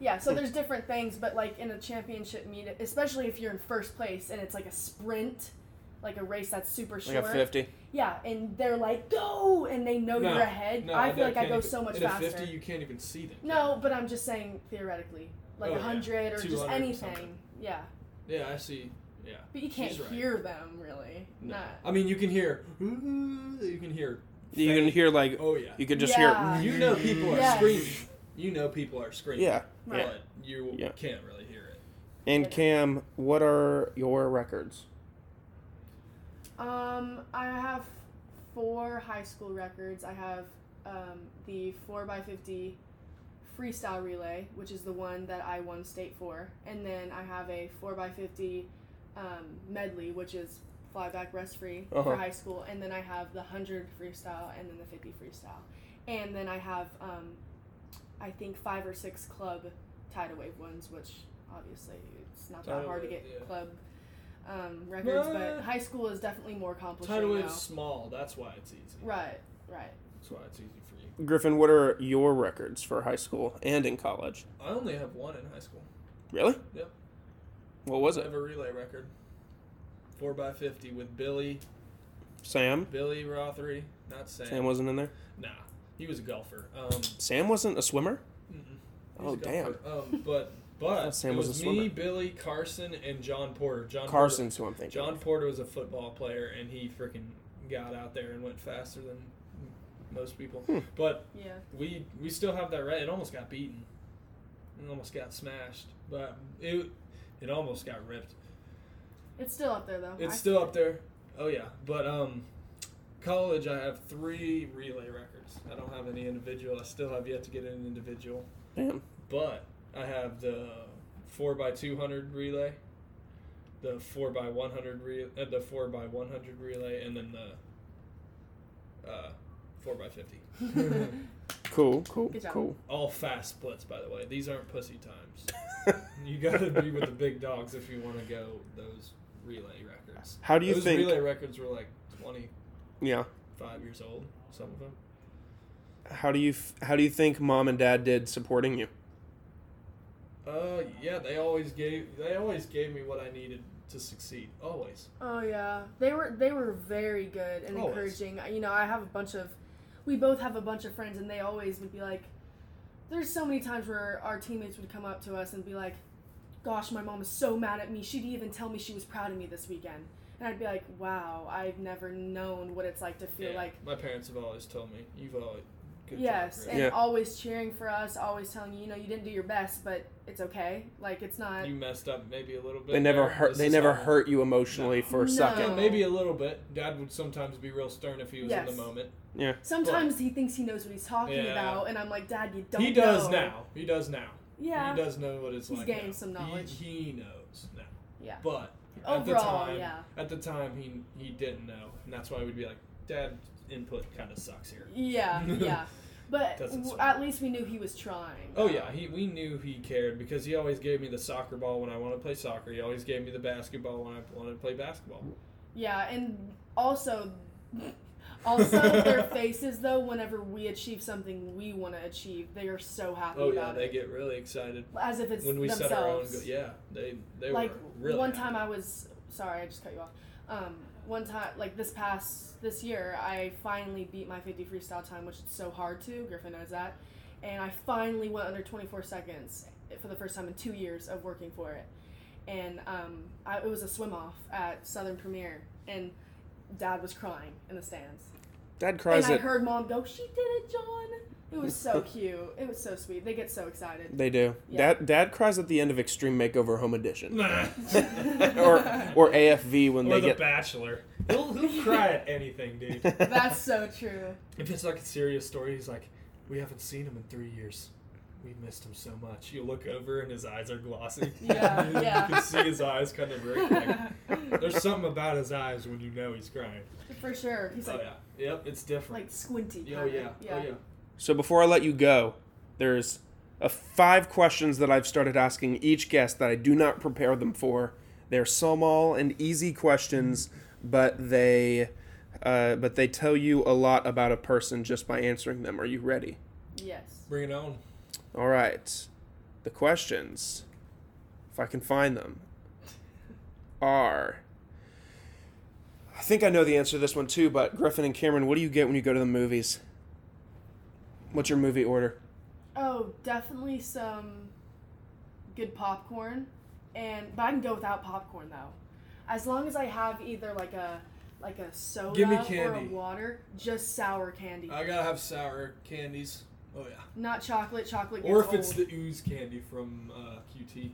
[SPEAKER 2] yeah. So there's different things, but like in a championship meet, especially if you're in first place and it's like a sprint, like a race that's super
[SPEAKER 1] Like
[SPEAKER 2] short.
[SPEAKER 1] a fifty.
[SPEAKER 2] Yeah, and they're like, go! And they know
[SPEAKER 3] No,
[SPEAKER 2] you're ahead.
[SPEAKER 3] No,
[SPEAKER 2] I feel like
[SPEAKER 3] that
[SPEAKER 2] I
[SPEAKER 3] can't
[SPEAKER 2] go
[SPEAKER 3] even-
[SPEAKER 2] so much
[SPEAKER 3] in a
[SPEAKER 2] faster.
[SPEAKER 3] 50, you can't even see them.
[SPEAKER 2] No, but I'm just saying theoretically. Like
[SPEAKER 3] Oh,
[SPEAKER 2] a
[SPEAKER 3] yeah.
[SPEAKER 2] 100 or just
[SPEAKER 3] 200 or
[SPEAKER 2] anything.
[SPEAKER 3] something.
[SPEAKER 2] yeah.
[SPEAKER 3] Yeah, I see. Yeah.
[SPEAKER 2] But you can't
[SPEAKER 3] She's right.
[SPEAKER 2] hear them, really.
[SPEAKER 3] No.
[SPEAKER 2] Not.
[SPEAKER 3] I mean, you can hear. You can hear.
[SPEAKER 1] You can hear like
[SPEAKER 3] Oh yeah.
[SPEAKER 1] you can just
[SPEAKER 2] Yeah.
[SPEAKER 1] hear.
[SPEAKER 3] You know people are
[SPEAKER 2] Yes.
[SPEAKER 3] screaming. You know people are screaming.
[SPEAKER 1] Yeah.
[SPEAKER 3] But
[SPEAKER 2] Right.
[SPEAKER 3] you
[SPEAKER 1] Yeah.
[SPEAKER 3] can't really hear it.
[SPEAKER 1] And Cam, what are your records?
[SPEAKER 2] Um, I have four high school records. I have um, the 4x50 freestyle relay, which is the one that I won state for. And then I have a 4x50 um, medley, which is fly back rest free
[SPEAKER 1] Uh-huh.
[SPEAKER 2] for high school. And then I have the 100 freestyle and then the 50 freestyle. And then I have, um, I think, five or six club tidal wave ones, which obviously it's not that
[SPEAKER 3] Tidal
[SPEAKER 2] hard to
[SPEAKER 3] wave,
[SPEAKER 2] get
[SPEAKER 3] yeah.
[SPEAKER 2] club um, records,
[SPEAKER 3] Nah.
[SPEAKER 2] but high school is definitely more complicated.
[SPEAKER 3] Tidal wave's
[SPEAKER 2] now.
[SPEAKER 3] small. That's why it's easy.
[SPEAKER 2] Right, right.
[SPEAKER 3] That's why it's easy for you.
[SPEAKER 1] Griffin, what are your records for high school and in college?
[SPEAKER 3] I only have one in high school.
[SPEAKER 1] Really?
[SPEAKER 3] Yep.
[SPEAKER 1] What was
[SPEAKER 3] I
[SPEAKER 1] it?
[SPEAKER 3] have a relay record. Four by fifty with Billy.
[SPEAKER 1] Sam.
[SPEAKER 3] Billy Rothery. Not Sam.
[SPEAKER 1] Sam wasn't in there.
[SPEAKER 3] nah. He was a golfer. Um.
[SPEAKER 1] Sam wasn't a swimmer.
[SPEAKER 3] Mm-mm.
[SPEAKER 1] Oh,
[SPEAKER 3] He's a golfer. Um, but but
[SPEAKER 1] thought Sam
[SPEAKER 3] it
[SPEAKER 1] was
[SPEAKER 3] was,
[SPEAKER 1] a swimmer.
[SPEAKER 3] me, Billy Carson, and John Porter. John
[SPEAKER 1] Carson's who I'm
[SPEAKER 3] Porter,
[SPEAKER 1] thinking.
[SPEAKER 3] John Porter was a football player, and he freaking got out there and went faster than most people.
[SPEAKER 1] Hmm.
[SPEAKER 3] But
[SPEAKER 2] Yeah.
[SPEAKER 3] we we still have that right. It almost got beaten. It almost got smashed, but it It almost got ripped.
[SPEAKER 2] It's still up there though.
[SPEAKER 3] It's
[SPEAKER 2] I-
[SPEAKER 3] still up there. Oh yeah, but um, college I have three relay records. I don't have any individual. I still have yet to get an individual,
[SPEAKER 1] Damn.
[SPEAKER 3] but I have the four by two hundred relay, the four by one hundred re- uh, the four by one hundred relay, and then the uh, four by fifty.
[SPEAKER 1] Cool, cool,
[SPEAKER 2] Good job.
[SPEAKER 1] cool.
[SPEAKER 3] All fast splits, by the way. These aren't pussy times. you gotta be with the big dogs if you want to go those relay records.
[SPEAKER 1] How do you
[SPEAKER 3] those
[SPEAKER 1] think?
[SPEAKER 3] relay records were like twenty
[SPEAKER 1] Yeah.
[SPEAKER 3] five years old, some of them.
[SPEAKER 1] How do you f- How do you think mom and dad did supporting you?
[SPEAKER 3] Uh, yeah, they always gave they always gave me what I needed to succeed. Always.
[SPEAKER 2] Oh yeah, they were they were very good and
[SPEAKER 3] Always.
[SPEAKER 2] encouraging. You know, I have a bunch of, we both have a bunch of friends, and they always would be like, there's so many times where our teammates would come up to us and be like, "Gosh, my mom is so mad at me. She'd even tell me she was proud of me this weekend." And I'd be like, "Wow, I've never known what it's like to feel
[SPEAKER 3] Yeah,
[SPEAKER 2] like."
[SPEAKER 3] my parents have always told me you've always good
[SPEAKER 2] yes,
[SPEAKER 3] job,
[SPEAKER 2] and
[SPEAKER 3] Greg.
[SPEAKER 1] Yeah.
[SPEAKER 2] always cheering for us, always telling you, you know, you didn't do your best, but it's okay. Like it's not.
[SPEAKER 3] you messed up maybe a little bit.
[SPEAKER 1] They never
[SPEAKER 3] there.
[SPEAKER 1] hurt.
[SPEAKER 3] This
[SPEAKER 1] They
[SPEAKER 3] is
[SPEAKER 1] never
[SPEAKER 3] how-
[SPEAKER 1] hurt you emotionally for a
[SPEAKER 2] No.
[SPEAKER 3] Yeah,
[SPEAKER 1] second.
[SPEAKER 3] maybe a little bit. Dad would sometimes be real stern if he was in
[SPEAKER 2] Yes.
[SPEAKER 3] the moment.
[SPEAKER 2] Sometimes he thinks he knows what he's talking
[SPEAKER 3] Yeah.
[SPEAKER 2] about, and I'm like, Dad, you don't.
[SPEAKER 3] he does
[SPEAKER 2] know."
[SPEAKER 3] now. He does now.
[SPEAKER 2] Yeah.
[SPEAKER 3] He does know what it's
[SPEAKER 2] He's
[SPEAKER 3] like.
[SPEAKER 2] gained
[SPEAKER 3] now.
[SPEAKER 2] some knowledge.
[SPEAKER 3] He, he knows now.
[SPEAKER 2] Yeah.
[SPEAKER 3] But at the
[SPEAKER 2] Overall,
[SPEAKER 3] time,
[SPEAKER 2] yeah.
[SPEAKER 3] at the time he he didn't know, and that's why we'd be like, Dad, input kind of sucks here.
[SPEAKER 2] Yeah, yeah. But
[SPEAKER 3] Doesn't
[SPEAKER 2] w-
[SPEAKER 3] swing.
[SPEAKER 2] at least we knew he was trying.
[SPEAKER 3] Oh yeah, he we knew he cared because he always gave me the soccer ball when I wanted to play soccer. He always gave me the basketball when I wanted to play basketball.
[SPEAKER 2] Yeah, and also, also their faces though. Whenever we achieve something we want to achieve, they are so happy
[SPEAKER 3] Oh yeah,
[SPEAKER 2] about
[SPEAKER 3] they
[SPEAKER 2] it.
[SPEAKER 3] get really excited
[SPEAKER 2] As if it's
[SPEAKER 3] when we
[SPEAKER 2] themselves.
[SPEAKER 3] set our own. Go- yeah, they they
[SPEAKER 2] like
[SPEAKER 3] were really
[SPEAKER 2] one
[SPEAKER 3] happy.
[SPEAKER 2] time I was sorry, I just cut you off. Um, one time, like this past this year, I finally beat my 50 freestyle time, which is so hard to. Griffin knows that, and I finally went under 24 seconds for the first time in two years of working for it. And um, I, it was a swim off at Southern Premier, and Dad was crying in the stands,
[SPEAKER 1] Dad cries
[SPEAKER 2] and I
[SPEAKER 1] it.
[SPEAKER 2] heard Mom go, "She did it, John." It was so cute. It was so sweet. They get so excited.
[SPEAKER 1] They do.
[SPEAKER 2] Yeah.
[SPEAKER 1] Dad Dad cries at the end of Extreme Makeover Home Edition, or
[SPEAKER 2] Or-
[SPEAKER 1] or AFV when
[SPEAKER 3] or
[SPEAKER 1] they
[SPEAKER 3] the
[SPEAKER 1] get.
[SPEAKER 3] Bachelor. He'll, he'll cry at anything, dude.
[SPEAKER 2] That's so true.
[SPEAKER 3] If it's like a serious story, he's like, "We haven't seen him in three years. We missed him so much." You look over and his eyes are glossy.
[SPEAKER 2] Yeah, yeah.
[SPEAKER 3] you can see his eyes kind of wrinkling. There's something about his eyes when you know he's crying.
[SPEAKER 2] For sure. He's
[SPEAKER 3] oh
[SPEAKER 2] like,
[SPEAKER 3] yeah, yep, it's different.
[SPEAKER 2] like squinty.
[SPEAKER 3] oh
[SPEAKER 2] kinda.
[SPEAKER 3] yeah, oh yeah.
[SPEAKER 1] So before I let you go, there's a five questions that I've started asking each guest that I do not prepare them for. They're small and easy questions, but they uh, but they tell you a lot about a person just by answering them. Are you ready?
[SPEAKER 2] Yes.
[SPEAKER 3] Bring it on.
[SPEAKER 1] All right. The questions, if I can find them, are. I think I know the answer to this one too, but Griffin and Cameron, what do you get when you go to the movies? What's your movie order?
[SPEAKER 2] Oh, definitely some good popcorn, and but I can go without popcorn though, as long as I have either like a like a soda
[SPEAKER 3] Gimme
[SPEAKER 2] or a
[SPEAKER 3] candy. Uh,
[SPEAKER 2] water, just sour candy,
[SPEAKER 3] I gotta have sour candies. Oh yeah.
[SPEAKER 2] not chocolate. Chocolate gets
[SPEAKER 3] Or if
[SPEAKER 2] old.
[SPEAKER 3] it's the ooze candy from uh, QT.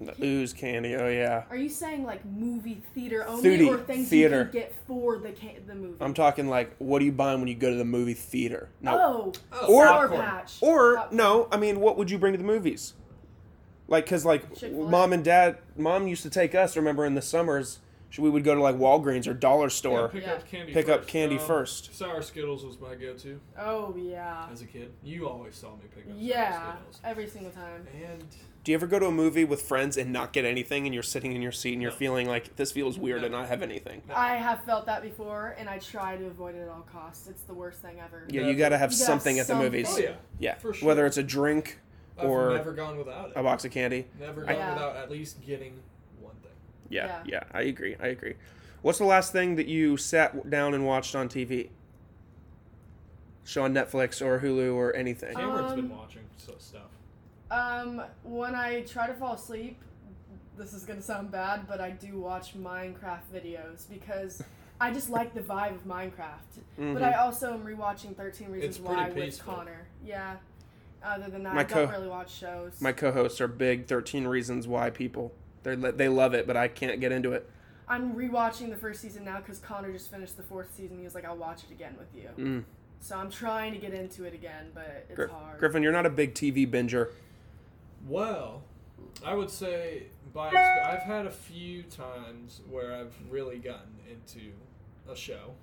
[SPEAKER 1] The ooze candy. Oh yeah.
[SPEAKER 2] Are you saying like movie theater only,
[SPEAKER 1] Foodie,
[SPEAKER 2] or things
[SPEAKER 1] theater.
[SPEAKER 2] you can get for the ca- the movie?
[SPEAKER 1] I'm talking like, what do you buy when you go to the movie theater? No.
[SPEAKER 2] oh, Uh,
[SPEAKER 1] Or-
[SPEAKER 2] sour patch.
[SPEAKER 1] Or
[SPEAKER 2] Pop-
[SPEAKER 1] no, I mean, what would you bring to the movies? Like, cause like
[SPEAKER 2] Chick-fil-A.
[SPEAKER 1] mom and dad, mom used to take us. Remember in the summers, she- we would go to like Walgreens or Dollar Store.
[SPEAKER 3] pick
[SPEAKER 2] Yeah.
[SPEAKER 3] up candy.
[SPEAKER 1] Pick up
[SPEAKER 3] first. Um,
[SPEAKER 1] candy first.
[SPEAKER 3] Sour Skittles was my go-to
[SPEAKER 2] Oh yeah.
[SPEAKER 3] as a kid. You always saw me pick up
[SPEAKER 2] Yeah,
[SPEAKER 3] sour Skittles.
[SPEAKER 2] every single time.
[SPEAKER 3] And
[SPEAKER 1] Do you ever go to a movie with friends and not get anything, and you're sitting in your seat and you're
[SPEAKER 3] No.
[SPEAKER 1] feeling like this feels weird
[SPEAKER 3] No.
[SPEAKER 1] to not have anything?
[SPEAKER 3] Yeah.
[SPEAKER 2] I have felt that before, and I try to avoid it at all costs. It's the worst thing ever.
[SPEAKER 1] Yeah,
[SPEAKER 3] No.
[SPEAKER 1] you gotta have
[SPEAKER 2] You gotta have
[SPEAKER 1] something at the
[SPEAKER 2] something.
[SPEAKER 1] movies.
[SPEAKER 3] oh yeah,
[SPEAKER 1] yeah,
[SPEAKER 3] for sure.
[SPEAKER 1] whether it's a drink,
[SPEAKER 3] I've
[SPEAKER 1] Or-
[SPEAKER 3] never gone without it.
[SPEAKER 1] a box of candy.
[SPEAKER 3] never
[SPEAKER 1] I-
[SPEAKER 3] gone
[SPEAKER 2] Yeah.
[SPEAKER 3] without at least getting one thing.
[SPEAKER 1] Yeah, yeah, I agree. I agree. What's the last thing that you sat down and watched on TV? Show on Netflix or Hulu or anything.
[SPEAKER 2] Um,
[SPEAKER 3] Cameron's been watching so stuff.
[SPEAKER 2] Um, when I try to fall asleep, this is gonna sound bad, but I do watch Minecraft videos because I just like the vibe of Minecraft. But I
[SPEAKER 1] Mhm.
[SPEAKER 2] also am rewatching Thirteen Reasons
[SPEAKER 3] It's pretty
[SPEAKER 2] Why with
[SPEAKER 3] peaceful.
[SPEAKER 2] Connor. Yeah. Other than that,
[SPEAKER 1] My
[SPEAKER 2] I don't
[SPEAKER 1] co-
[SPEAKER 2] really watch shows.
[SPEAKER 1] My co-hosts are big 13 Reasons Why people. They they love it, but I can't get into it.
[SPEAKER 2] I'm rewatching the first season now because Connor just finished the fourth season. He was like, I'll watch it again with you.
[SPEAKER 1] Mm.
[SPEAKER 2] So I'm trying to get into it again, but it's
[SPEAKER 1] Gri-
[SPEAKER 2] hard.
[SPEAKER 1] Griffin, you're not a big TV binger.
[SPEAKER 3] Well, I would say by exp- I've had a few times where I've really gotten into a show.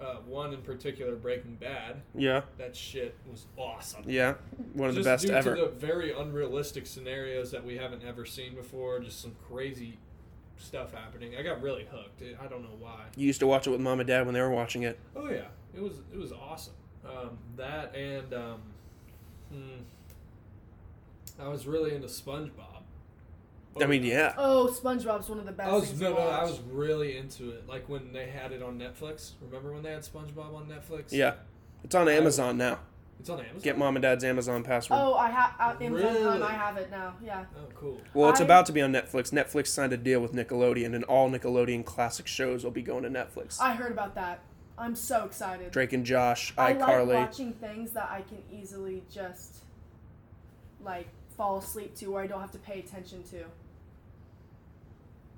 [SPEAKER 3] Uh, one in particular, Breaking Bad.
[SPEAKER 1] Yeah,
[SPEAKER 3] That shit was awesome.
[SPEAKER 1] yeah, one of
[SPEAKER 3] just
[SPEAKER 1] the best
[SPEAKER 3] due
[SPEAKER 1] ever.
[SPEAKER 3] to the very unrealistic scenarios that we haven't ever seen before, just some crazy stuff happening. I got really hooked. I don't know why.
[SPEAKER 1] You used to watch it with mom and dad when they were watching it.
[SPEAKER 3] Oh yeah, it was it was awesome. Um, that and um, hmm, I was really into SpongeBob.
[SPEAKER 1] I mean, yeah,
[SPEAKER 2] Oh, SpongeBob's one of the best.
[SPEAKER 3] I was
[SPEAKER 2] things
[SPEAKER 3] Oh, no,
[SPEAKER 2] to
[SPEAKER 3] no, I
[SPEAKER 2] watch.
[SPEAKER 3] was really into it. Like when they had it on Netflix. Remember when they had SpongeBob on Netflix?
[SPEAKER 1] yeah. It's on Amazon now.
[SPEAKER 3] it's on Amazon.
[SPEAKER 1] Get mom and dad's Amazon password.
[SPEAKER 2] Oh, I have.
[SPEAKER 3] Really?
[SPEAKER 2] I have it now. Yeah.
[SPEAKER 3] Oh, cool.
[SPEAKER 1] Well, it's
[SPEAKER 2] I-
[SPEAKER 1] about to be on Netflix. Netflix signed a deal with Nickelodeon, and all Nickelodeon classic shows will be going to Netflix.
[SPEAKER 2] I heard about that. I'm so excited.
[SPEAKER 1] Drake and Josh,
[SPEAKER 2] I like
[SPEAKER 1] iCarly.
[SPEAKER 2] watching things that I can easily just like fall asleep to, or I don't have to pay attention to.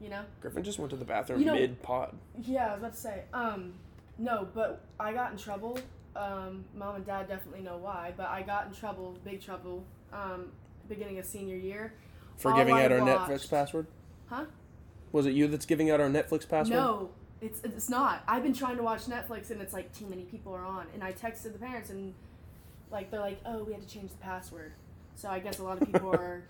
[SPEAKER 2] You know?
[SPEAKER 1] Griffin just went to the bathroom
[SPEAKER 2] You know-
[SPEAKER 1] mid pod.
[SPEAKER 2] Yeah, I was about to say. Um, no, but I got in trouble. Um, mom and dad definitely know why, but I got in trouble, big trouble. Um, beginning of senior year.
[SPEAKER 1] For
[SPEAKER 2] All
[SPEAKER 1] giving
[SPEAKER 2] I
[SPEAKER 1] out our
[SPEAKER 2] watched-
[SPEAKER 1] Netflix password?
[SPEAKER 2] Huh?
[SPEAKER 1] Was it you that's giving out our Netflix password?
[SPEAKER 2] No, it's it's not. I've been trying to watch Netflix and it's like too many people are on. And I texted the parents and like they're like, oh, we had to change the password. So I guess a lot of people are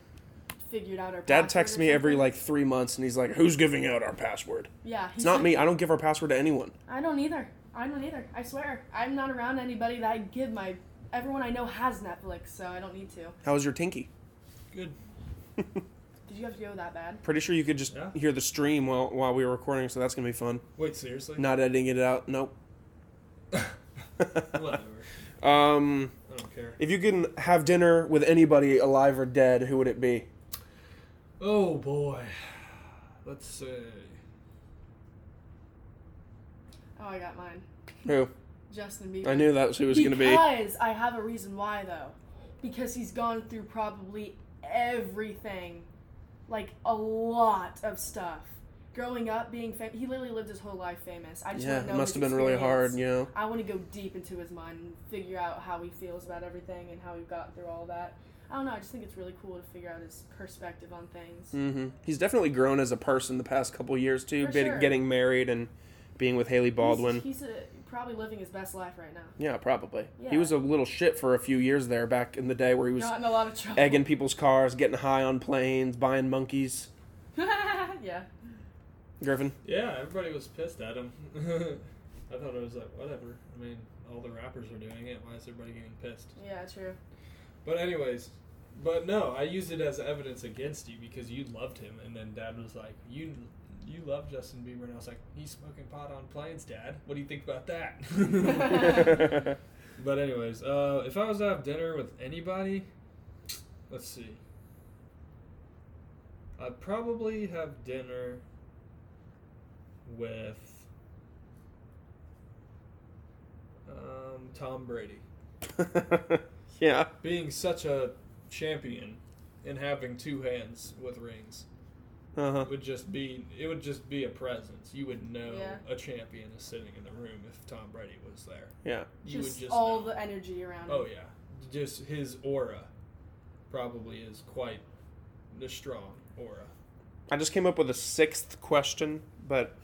[SPEAKER 2] figured out our.
[SPEAKER 1] Dad
[SPEAKER 2] password
[SPEAKER 1] texts
[SPEAKER 2] or
[SPEAKER 1] me every
[SPEAKER 2] something.
[SPEAKER 1] like three months, and he's like, "Who's giving out our password?"
[SPEAKER 2] Yeah,
[SPEAKER 1] It's not me. I don't give our password to anyone.
[SPEAKER 2] I don't either. I don't either. I swear, I'm not around anybody that I give my. Everyone I know has Netflix, so I don't need to.
[SPEAKER 1] How was your Tinky?
[SPEAKER 3] Good.
[SPEAKER 2] Did you have to go that bad?
[SPEAKER 1] Pretty sure you could just
[SPEAKER 3] Yeah.
[SPEAKER 1] hear the stream while while we were recording, so that's gonna be fun.
[SPEAKER 3] Wait, seriously?
[SPEAKER 1] Not editing it out. Nope.
[SPEAKER 3] Whatever.
[SPEAKER 1] um,
[SPEAKER 3] I don't care.
[SPEAKER 1] if you can have dinner with anybody alive or dead, who would it be?
[SPEAKER 3] Oh boy. Let's say
[SPEAKER 2] Oh, I got mine.
[SPEAKER 1] Who?
[SPEAKER 2] Justin Bieber.
[SPEAKER 1] I knew that was who it was
[SPEAKER 2] because
[SPEAKER 1] gonna be.
[SPEAKER 2] I have a reason why though, because he's gone through probably everything, like a lot of stuff. Growing up, being fam- he literally lived his whole life famous. I just
[SPEAKER 1] Yeah,
[SPEAKER 2] want to
[SPEAKER 1] it
[SPEAKER 2] know
[SPEAKER 1] must have
[SPEAKER 2] his
[SPEAKER 1] been really hard.
[SPEAKER 2] experience.
[SPEAKER 1] You know.
[SPEAKER 2] I want to go deep into his mind and figure out how he feels about everything and how he got through all that. I don't know. I just think it's really cool to figure out his perspective on things.
[SPEAKER 1] hmm He's definitely grown as a person the past couple years too.
[SPEAKER 2] For
[SPEAKER 1] been-
[SPEAKER 2] sure.
[SPEAKER 1] Getting married and being with Haley Baldwin.
[SPEAKER 2] He's, he's uh probably living his best life right now.
[SPEAKER 1] Yeah, probably. He
[SPEAKER 2] Yeah.
[SPEAKER 1] was a little shit for a few years there back in the day where he was
[SPEAKER 2] Not in a lot of trouble.
[SPEAKER 1] egging people's cars, getting high on planes, buying monkeys.
[SPEAKER 2] yeah.
[SPEAKER 1] Griffin,
[SPEAKER 3] Yeah, everybody was pissed at him. I thought it was like whatever. I mean, all the rappers are doing it. Why is everybody getting pissed?
[SPEAKER 2] Yeah. True.
[SPEAKER 3] But anyways, but no, I used it as evidence against you because you loved him, and then Dad was like, "You, you love Justin Bieber," and I was like, "He's smoking pot on planes, Dad. What do you think about that?" but anyways, uh, if I was to have dinner with anybody, let's see, I'd probably have dinner with um, Tom Brady
[SPEAKER 1] yeah,
[SPEAKER 3] being such a champion and having two hands with rings
[SPEAKER 1] uh-huh.
[SPEAKER 3] would just be it would just be a presence. You would know
[SPEAKER 2] Yeah.
[SPEAKER 3] a champion is sitting in the room if Tom Brady was there.
[SPEAKER 1] yeah.
[SPEAKER 3] You
[SPEAKER 2] just,
[SPEAKER 3] would just
[SPEAKER 2] all
[SPEAKER 3] know.
[SPEAKER 2] the energy around him.
[SPEAKER 3] Oh yeah. Just his aura probably is quite the strong aura.
[SPEAKER 1] I just came up with a sixth question, but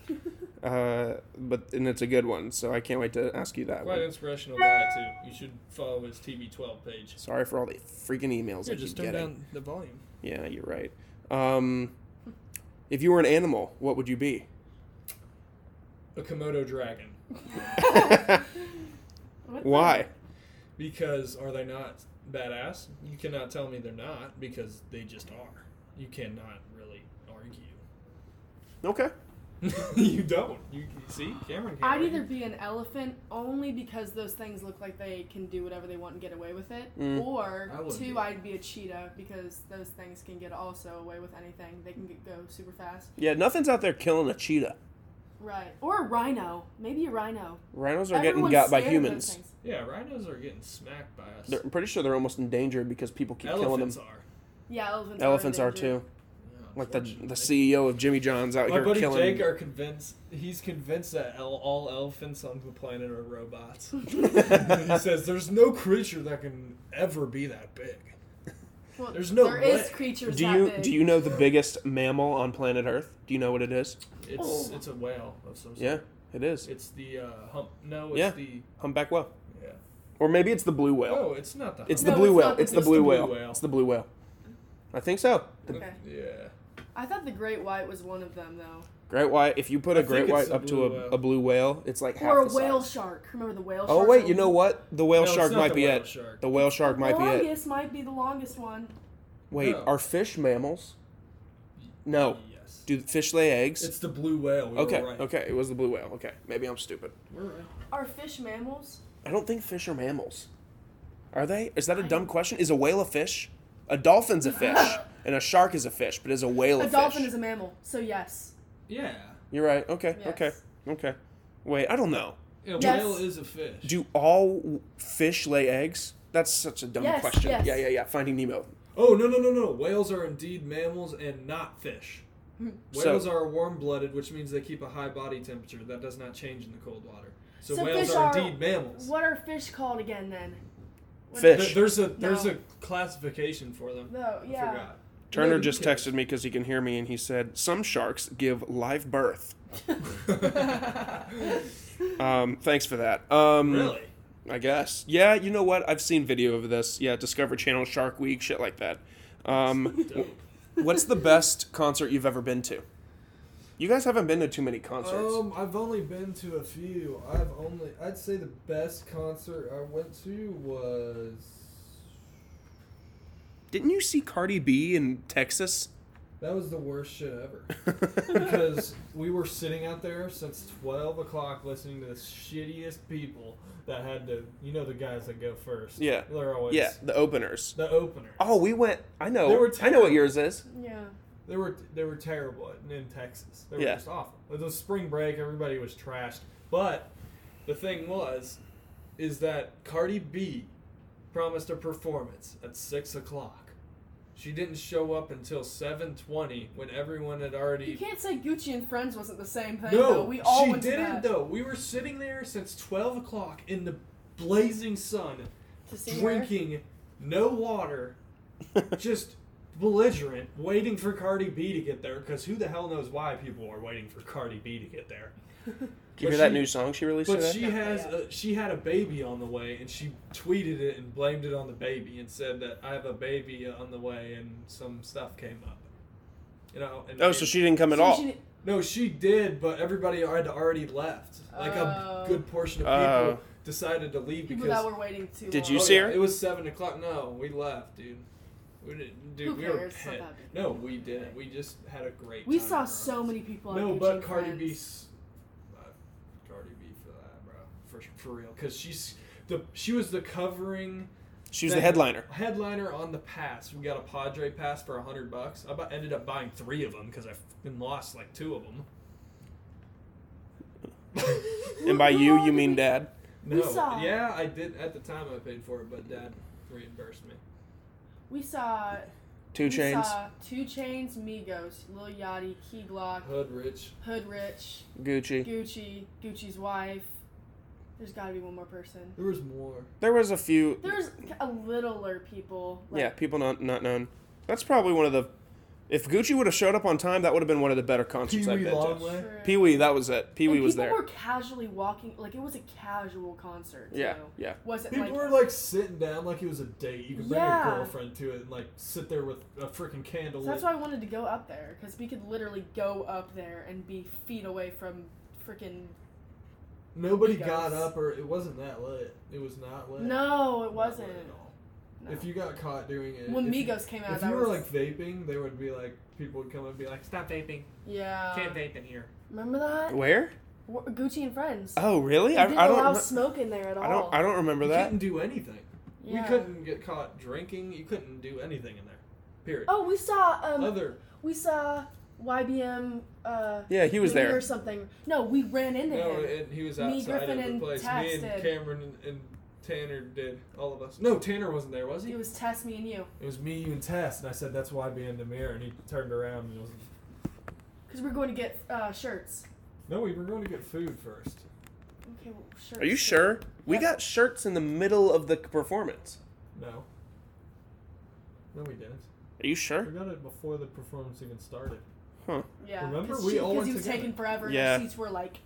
[SPEAKER 1] uh, but and it's a good one, so I can't wait to ask you that
[SPEAKER 3] Quite an
[SPEAKER 1] one.
[SPEAKER 3] inspirational guy too. You should follow his TV12 page.
[SPEAKER 1] Sorry for all the freaking emails I keep getting.
[SPEAKER 3] the volume.
[SPEAKER 1] Yeah, you're right. Um, if you were an animal, what would you be?
[SPEAKER 3] A Komodo dragon.
[SPEAKER 2] What the-
[SPEAKER 1] Why?
[SPEAKER 3] Because are they not badass? You cannot tell me they're not because they just are. You cannot really argue.
[SPEAKER 1] Okay.
[SPEAKER 3] you don't. You see, Cameron. Can't
[SPEAKER 2] I'd
[SPEAKER 3] argue.
[SPEAKER 2] either be an elephant only because those things look like they can do whatever they want and get away with it,
[SPEAKER 1] Mm.
[SPEAKER 2] or
[SPEAKER 3] I wouldn't
[SPEAKER 2] two,
[SPEAKER 3] be.
[SPEAKER 2] I'd be a cheetah because those things can get also away with anything. They can get, go super fast.
[SPEAKER 1] Yeah, nothing's out there killing a cheetah.
[SPEAKER 2] Right. Or a rhino. Maybe a rhino.
[SPEAKER 1] Rhinos are getting
[SPEAKER 2] Everyone's
[SPEAKER 1] got by
[SPEAKER 2] scared of those
[SPEAKER 1] humans.
[SPEAKER 2] things.
[SPEAKER 3] Yeah, rhinos are getting smacked by us.
[SPEAKER 1] They're, I'm pretty sure they're almost endangered because people keep killing
[SPEAKER 3] Elephants
[SPEAKER 1] them.
[SPEAKER 3] are.
[SPEAKER 2] Yeah, elephants.
[SPEAKER 1] Elephants are
[SPEAKER 2] endangered.
[SPEAKER 1] too.
[SPEAKER 3] Yeah.
[SPEAKER 1] like the the CEO of Jimmy John's out
[SPEAKER 3] My
[SPEAKER 1] here
[SPEAKER 3] buddy
[SPEAKER 1] killing.
[SPEAKER 3] Jake are convinced. He's convinced that el- all elephants on the planet are robots. he says there's no creature that can ever be that big.
[SPEAKER 2] Well,
[SPEAKER 3] There's no
[SPEAKER 2] There is
[SPEAKER 3] way.
[SPEAKER 2] creatures
[SPEAKER 1] do
[SPEAKER 2] that
[SPEAKER 1] you
[SPEAKER 2] big.
[SPEAKER 1] do you know the biggest mammal on planet Earth? Do you know what it is?
[SPEAKER 3] It's
[SPEAKER 2] Oh.
[SPEAKER 3] it's a whale of some sort.
[SPEAKER 1] Yeah, it is
[SPEAKER 3] It's the uh, hump. No, it's
[SPEAKER 1] Yeah.
[SPEAKER 3] the
[SPEAKER 1] humpback whale,
[SPEAKER 3] yeah.
[SPEAKER 1] or maybe it's the blue whale.
[SPEAKER 3] No, it's not the.
[SPEAKER 1] It's
[SPEAKER 2] No,
[SPEAKER 1] the
[SPEAKER 3] hump.
[SPEAKER 1] blue
[SPEAKER 2] it's
[SPEAKER 1] whale.
[SPEAKER 2] not the-
[SPEAKER 1] It's the blue whale.
[SPEAKER 3] whale.
[SPEAKER 1] It's the blue whale. I think so. The
[SPEAKER 2] Okay.
[SPEAKER 3] Yeah.
[SPEAKER 2] I thought the great white was one of them though.
[SPEAKER 1] great white. If you put a
[SPEAKER 3] I think
[SPEAKER 1] great
[SPEAKER 3] it's
[SPEAKER 1] white
[SPEAKER 3] the
[SPEAKER 1] up to
[SPEAKER 3] blue
[SPEAKER 1] a,
[SPEAKER 3] whale.
[SPEAKER 1] a blue whale, it's like half
[SPEAKER 2] or a
[SPEAKER 1] the
[SPEAKER 2] whale
[SPEAKER 1] size.
[SPEAKER 2] shark. Remember the whale shark?
[SPEAKER 1] Oh wait, you know what? The whale
[SPEAKER 3] No, it's
[SPEAKER 1] shark
[SPEAKER 3] not
[SPEAKER 1] might
[SPEAKER 3] the
[SPEAKER 1] be
[SPEAKER 3] whale
[SPEAKER 1] it.
[SPEAKER 3] shark.
[SPEAKER 1] The whale shark might
[SPEAKER 2] longest
[SPEAKER 1] be it.
[SPEAKER 2] might be the longest one.
[SPEAKER 1] Wait,
[SPEAKER 3] No.
[SPEAKER 1] are fish mammals? No.
[SPEAKER 3] Yes.
[SPEAKER 1] Do fish lay eggs?
[SPEAKER 3] It's the blue whale. We
[SPEAKER 1] Oh. okay,
[SPEAKER 3] Were right.
[SPEAKER 1] okay, it was the blue whale. Okay, maybe I'm stupid.
[SPEAKER 3] We're right.
[SPEAKER 2] Are fish mammals?
[SPEAKER 1] I don't think fish are mammals. Are they? Is that a
[SPEAKER 2] I
[SPEAKER 1] dumb
[SPEAKER 2] don't-
[SPEAKER 1] question? Is a whale a fish? A dolphin's a fish, and a shark is a fish, but is a whale a,
[SPEAKER 2] A
[SPEAKER 1] fish?
[SPEAKER 2] dolphin is a mammal, so yes.
[SPEAKER 3] Yeah.
[SPEAKER 1] You're right. Okay,
[SPEAKER 2] Yes.
[SPEAKER 1] okay, okay. Wait, I don't know.
[SPEAKER 3] A
[SPEAKER 2] Yes.
[SPEAKER 3] whale is a fish.
[SPEAKER 1] Do all w- fish lay eggs? That's such a dumb
[SPEAKER 2] Yes,
[SPEAKER 1] question.
[SPEAKER 2] yes.
[SPEAKER 1] Yeah, yeah, yeah. Finding Nemo.
[SPEAKER 3] oh no no no no! Whales are indeed mammals and not fish.
[SPEAKER 2] Hmm.
[SPEAKER 1] So-
[SPEAKER 3] Whales are warm-blooded, which means they keep a high body temperature that does not change in the cold water. So,
[SPEAKER 2] So
[SPEAKER 3] whales
[SPEAKER 2] fish
[SPEAKER 3] are,
[SPEAKER 2] are-
[SPEAKER 3] indeed mammals.
[SPEAKER 2] What are fish called again then? What-
[SPEAKER 1] Fish.
[SPEAKER 3] There- there's a there's
[SPEAKER 2] No.
[SPEAKER 3] a classification for them.
[SPEAKER 2] No,
[SPEAKER 3] I
[SPEAKER 2] Oh, yeah.
[SPEAKER 3] forgot.
[SPEAKER 1] Turner
[SPEAKER 3] Nobody
[SPEAKER 1] just
[SPEAKER 3] cares.
[SPEAKER 1] texted me because he can hear me, and he said some sharks give live birth. Um, thanks for that. Um,
[SPEAKER 3] really?
[SPEAKER 1] I guess. Yeah, you know what? I've seen video of this. Yeah, Discovery Channel, Shark Week, shit like that. Um,
[SPEAKER 3] Dope.
[SPEAKER 1] what's the best concert you've ever been to? You guys haven't been to too many concerts.
[SPEAKER 3] Um, I've only been to a few. I've only I'd say the best concert I went to was
[SPEAKER 1] Didn't you see Cardi B in Texas?
[SPEAKER 3] that was the worst shit ever. because we were sitting out there since 12 o'clock listening to the shittiest people that had to you know the guys that go first
[SPEAKER 1] Yeah.
[SPEAKER 3] they're always
[SPEAKER 1] yeah, the openers.
[SPEAKER 3] the opener
[SPEAKER 1] Oh, we went. I know.
[SPEAKER 3] They were
[SPEAKER 1] I know what
[SPEAKER 3] terrible.
[SPEAKER 1] yours is.
[SPEAKER 2] Yeah.
[SPEAKER 3] they were they were terrible in, in texas they were
[SPEAKER 1] Yeah.
[SPEAKER 3] just awful it was spring break everybody was trashed but the thing was is that cardi b promised a performance at 6 o'clock she didn't show up until 7.20 when everyone had already
[SPEAKER 2] You can't say Gucci and Friends wasn't the same thing
[SPEAKER 3] No,
[SPEAKER 2] though. We all
[SPEAKER 3] she
[SPEAKER 2] went to
[SPEAKER 3] didn't
[SPEAKER 2] that
[SPEAKER 3] though. We were sitting there since twelve o'clock in the blazing sun,
[SPEAKER 2] to see her.
[SPEAKER 3] drinking no water, just belligerent, waiting for Cardi B to get there. Because who the hell knows why people are waiting for Cardi B to get there?
[SPEAKER 1] Did you hear
[SPEAKER 3] But
[SPEAKER 1] that
[SPEAKER 3] she-
[SPEAKER 1] new song she released
[SPEAKER 3] But
[SPEAKER 1] today?
[SPEAKER 3] she has a, she had a baby on the way, and she tweeted it and blamed it on the baby and said that I have a baby on the way, and some stuff came up. You know. And,
[SPEAKER 1] oh, so
[SPEAKER 3] and-
[SPEAKER 1] she didn't come at
[SPEAKER 2] So
[SPEAKER 1] all.
[SPEAKER 2] she didn't-
[SPEAKER 3] no, she did, but everybody had already left. Like a
[SPEAKER 2] Oh.
[SPEAKER 3] good portion of
[SPEAKER 1] Oh.
[SPEAKER 3] people decided to leave
[SPEAKER 2] people
[SPEAKER 3] because
[SPEAKER 2] that were waiting too
[SPEAKER 1] Did
[SPEAKER 2] long.
[SPEAKER 1] you
[SPEAKER 3] Oh,
[SPEAKER 1] see
[SPEAKER 3] yeah,
[SPEAKER 1] her?
[SPEAKER 3] It was seven o'clock. No, we left, dude. We didn't, dude.
[SPEAKER 2] Who
[SPEAKER 3] we were
[SPEAKER 2] cares? It's not
[SPEAKER 3] pissed.
[SPEAKER 2] that big.
[SPEAKER 3] No, we didn't. We just had a great.
[SPEAKER 2] We
[SPEAKER 3] time
[SPEAKER 2] saw
[SPEAKER 3] at
[SPEAKER 2] so
[SPEAKER 3] Rome's.
[SPEAKER 2] many people.
[SPEAKER 3] No,
[SPEAKER 2] at
[SPEAKER 3] but
[SPEAKER 2] Gucci
[SPEAKER 3] Cardi
[SPEAKER 2] and
[SPEAKER 3] B.
[SPEAKER 2] Friends.
[SPEAKER 3] s- uh, Cardi B for that, bro. For for real, because she's the she was the covering
[SPEAKER 1] She was the
[SPEAKER 3] that-
[SPEAKER 1] headliner.
[SPEAKER 3] headliner on the pass. We got a Padre pass for a hundred bucks. I bu- ended up buying three of them because I fucking lost like two of them.
[SPEAKER 1] And by you, you mean dad.
[SPEAKER 3] No.
[SPEAKER 2] We saw-
[SPEAKER 3] Yeah, I did at the time. I paid for it, but Dad reimbursed me.
[SPEAKER 2] We saw
[SPEAKER 1] Two
[SPEAKER 2] we
[SPEAKER 1] chains.
[SPEAKER 2] Saw two Chains, Migos, Lil Yachty, Key Glock,
[SPEAKER 3] Hood rich.
[SPEAKER 2] Hood Rich,
[SPEAKER 1] Gucci.
[SPEAKER 2] Gucci, Gucci's wife. There's got to be one more person.
[SPEAKER 3] There was more.
[SPEAKER 1] There was a few.
[SPEAKER 2] There's a littler people. Like,
[SPEAKER 1] Yeah, people not not known. That's probably one of the. If Gucci would have showed up on time, that would have been one of the better concerts I've
[SPEAKER 3] Pee-wee
[SPEAKER 1] been to.
[SPEAKER 3] Longway.
[SPEAKER 2] true.
[SPEAKER 1] Pee Wee, that was it. Pee
[SPEAKER 2] And
[SPEAKER 1] Wee was
[SPEAKER 2] people
[SPEAKER 1] there.
[SPEAKER 2] were casually walking. Like it was a casual concert.
[SPEAKER 1] yeah,
[SPEAKER 2] so
[SPEAKER 1] yeah.
[SPEAKER 2] Wasn't
[SPEAKER 3] People
[SPEAKER 2] like
[SPEAKER 3] were like sitting down like it was a date. You could bring
[SPEAKER 2] Yeah.
[SPEAKER 3] your girlfriend to it and like sit there with a freaking candle.
[SPEAKER 2] So that's
[SPEAKER 3] lit.
[SPEAKER 2] why I wanted to go up there because we could literally go up there and be feet away from freaking.
[SPEAKER 3] Nobody
[SPEAKER 2] Migos.
[SPEAKER 3] got up or it wasn't that lit. It was not lit.
[SPEAKER 2] No, it
[SPEAKER 3] Not
[SPEAKER 2] wasn't.
[SPEAKER 3] lit at all.
[SPEAKER 2] No.
[SPEAKER 3] If you got caught doing it,
[SPEAKER 2] when
[SPEAKER 3] if you-
[SPEAKER 2] Migos came out,
[SPEAKER 3] If
[SPEAKER 2] that
[SPEAKER 3] you were
[SPEAKER 2] was
[SPEAKER 3] like vaping, they would be like, people would come and be like, "Stop vaping!
[SPEAKER 2] yeah.
[SPEAKER 3] Can't vape in here."
[SPEAKER 2] Remember that?
[SPEAKER 1] Where?
[SPEAKER 2] Wa- Gucci and Friends.
[SPEAKER 1] Oh, really?
[SPEAKER 2] They
[SPEAKER 1] I,
[SPEAKER 2] didn't
[SPEAKER 1] I don't.
[SPEAKER 2] allow
[SPEAKER 1] rem-
[SPEAKER 2] smoke in there at all.
[SPEAKER 1] I don't. I don't remember
[SPEAKER 3] you
[SPEAKER 1] that.
[SPEAKER 3] couldn't do anything.
[SPEAKER 2] yeah.
[SPEAKER 3] We couldn't get caught drinking. You couldn't do anything in there. Period.
[SPEAKER 2] Oh, we saw um,
[SPEAKER 3] Other
[SPEAKER 2] we saw YBM. Uh,
[SPEAKER 1] Yeah, he was
[SPEAKER 2] maybe
[SPEAKER 1] there.
[SPEAKER 2] or something. No, we ran into
[SPEAKER 3] no,
[SPEAKER 2] him.
[SPEAKER 3] and he was
[SPEAKER 2] Me,
[SPEAKER 3] outside
[SPEAKER 2] Griffin,
[SPEAKER 3] of the
[SPEAKER 2] and
[SPEAKER 3] place.
[SPEAKER 2] Tax
[SPEAKER 3] Me and
[SPEAKER 2] did.
[SPEAKER 3] Cameron and, and Tanner did. All of us. No, Tanner wasn't there, was he?
[SPEAKER 2] It was Tess, me, and you.
[SPEAKER 3] It was me, you, and Tess, and I said that's why I'd be in the mirror, and he turned around and was.
[SPEAKER 2] Because we're going to get uh, shirts.
[SPEAKER 3] No, we were going to get food first.
[SPEAKER 2] Okay, well, shirts.
[SPEAKER 1] Are you sure? We
[SPEAKER 2] Yep.
[SPEAKER 1] got shirts in the middle of the performance.
[SPEAKER 3] No. No, we didn't.
[SPEAKER 1] Are you
[SPEAKER 3] We
[SPEAKER 1] sure?
[SPEAKER 3] got it before the performance even started.
[SPEAKER 2] Yeah.
[SPEAKER 3] Remember,
[SPEAKER 2] cause
[SPEAKER 3] we
[SPEAKER 2] she,
[SPEAKER 3] all
[SPEAKER 2] Because
[SPEAKER 3] went
[SPEAKER 2] he was
[SPEAKER 3] together.
[SPEAKER 2] taking forever,
[SPEAKER 1] Yeah.
[SPEAKER 2] and our seats were like,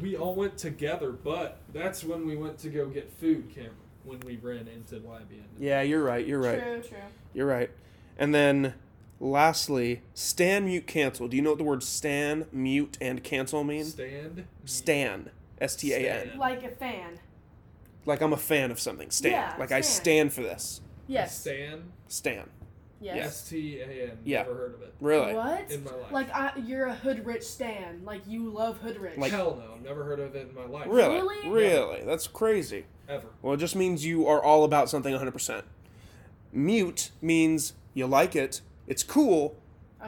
[SPEAKER 3] We all went together, but that's when we went to go get food, Cameron. When we ran into YBN.
[SPEAKER 1] Yeah, you're right. You're right.
[SPEAKER 2] true, true.
[SPEAKER 1] You're right. And then lastly, stan mute cancel. Do you know what the word stan mute and cancel mean?
[SPEAKER 3] Stand.
[SPEAKER 1] Stan. S T A N.
[SPEAKER 3] Stan.
[SPEAKER 2] Like a fan.
[SPEAKER 1] Like I'm a fan of something. Stan.
[SPEAKER 2] Yeah,
[SPEAKER 1] like I
[SPEAKER 2] stan.
[SPEAKER 1] stand for this.
[SPEAKER 2] Yes.
[SPEAKER 3] Stan.
[SPEAKER 1] Stan.
[SPEAKER 2] Yes.
[SPEAKER 3] S T A N.
[SPEAKER 1] Yeah.
[SPEAKER 3] Never heard of it
[SPEAKER 1] Really?
[SPEAKER 2] What?
[SPEAKER 3] in my life.
[SPEAKER 2] Like I, you're a hood rich stan. Like you love hood rich.
[SPEAKER 1] Like-
[SPEAKER 3] Hell no, I've never heard of it in my life.
[SPEAKER 1] Really?
[SPEAKER 2] Really?
[SPEAKER 1] Really? That's crazy.
[SPEAKER 3] Ever.
[SPEAKER 1] Well, it just means you are all about something 100%. Mute means you like it, it's cool,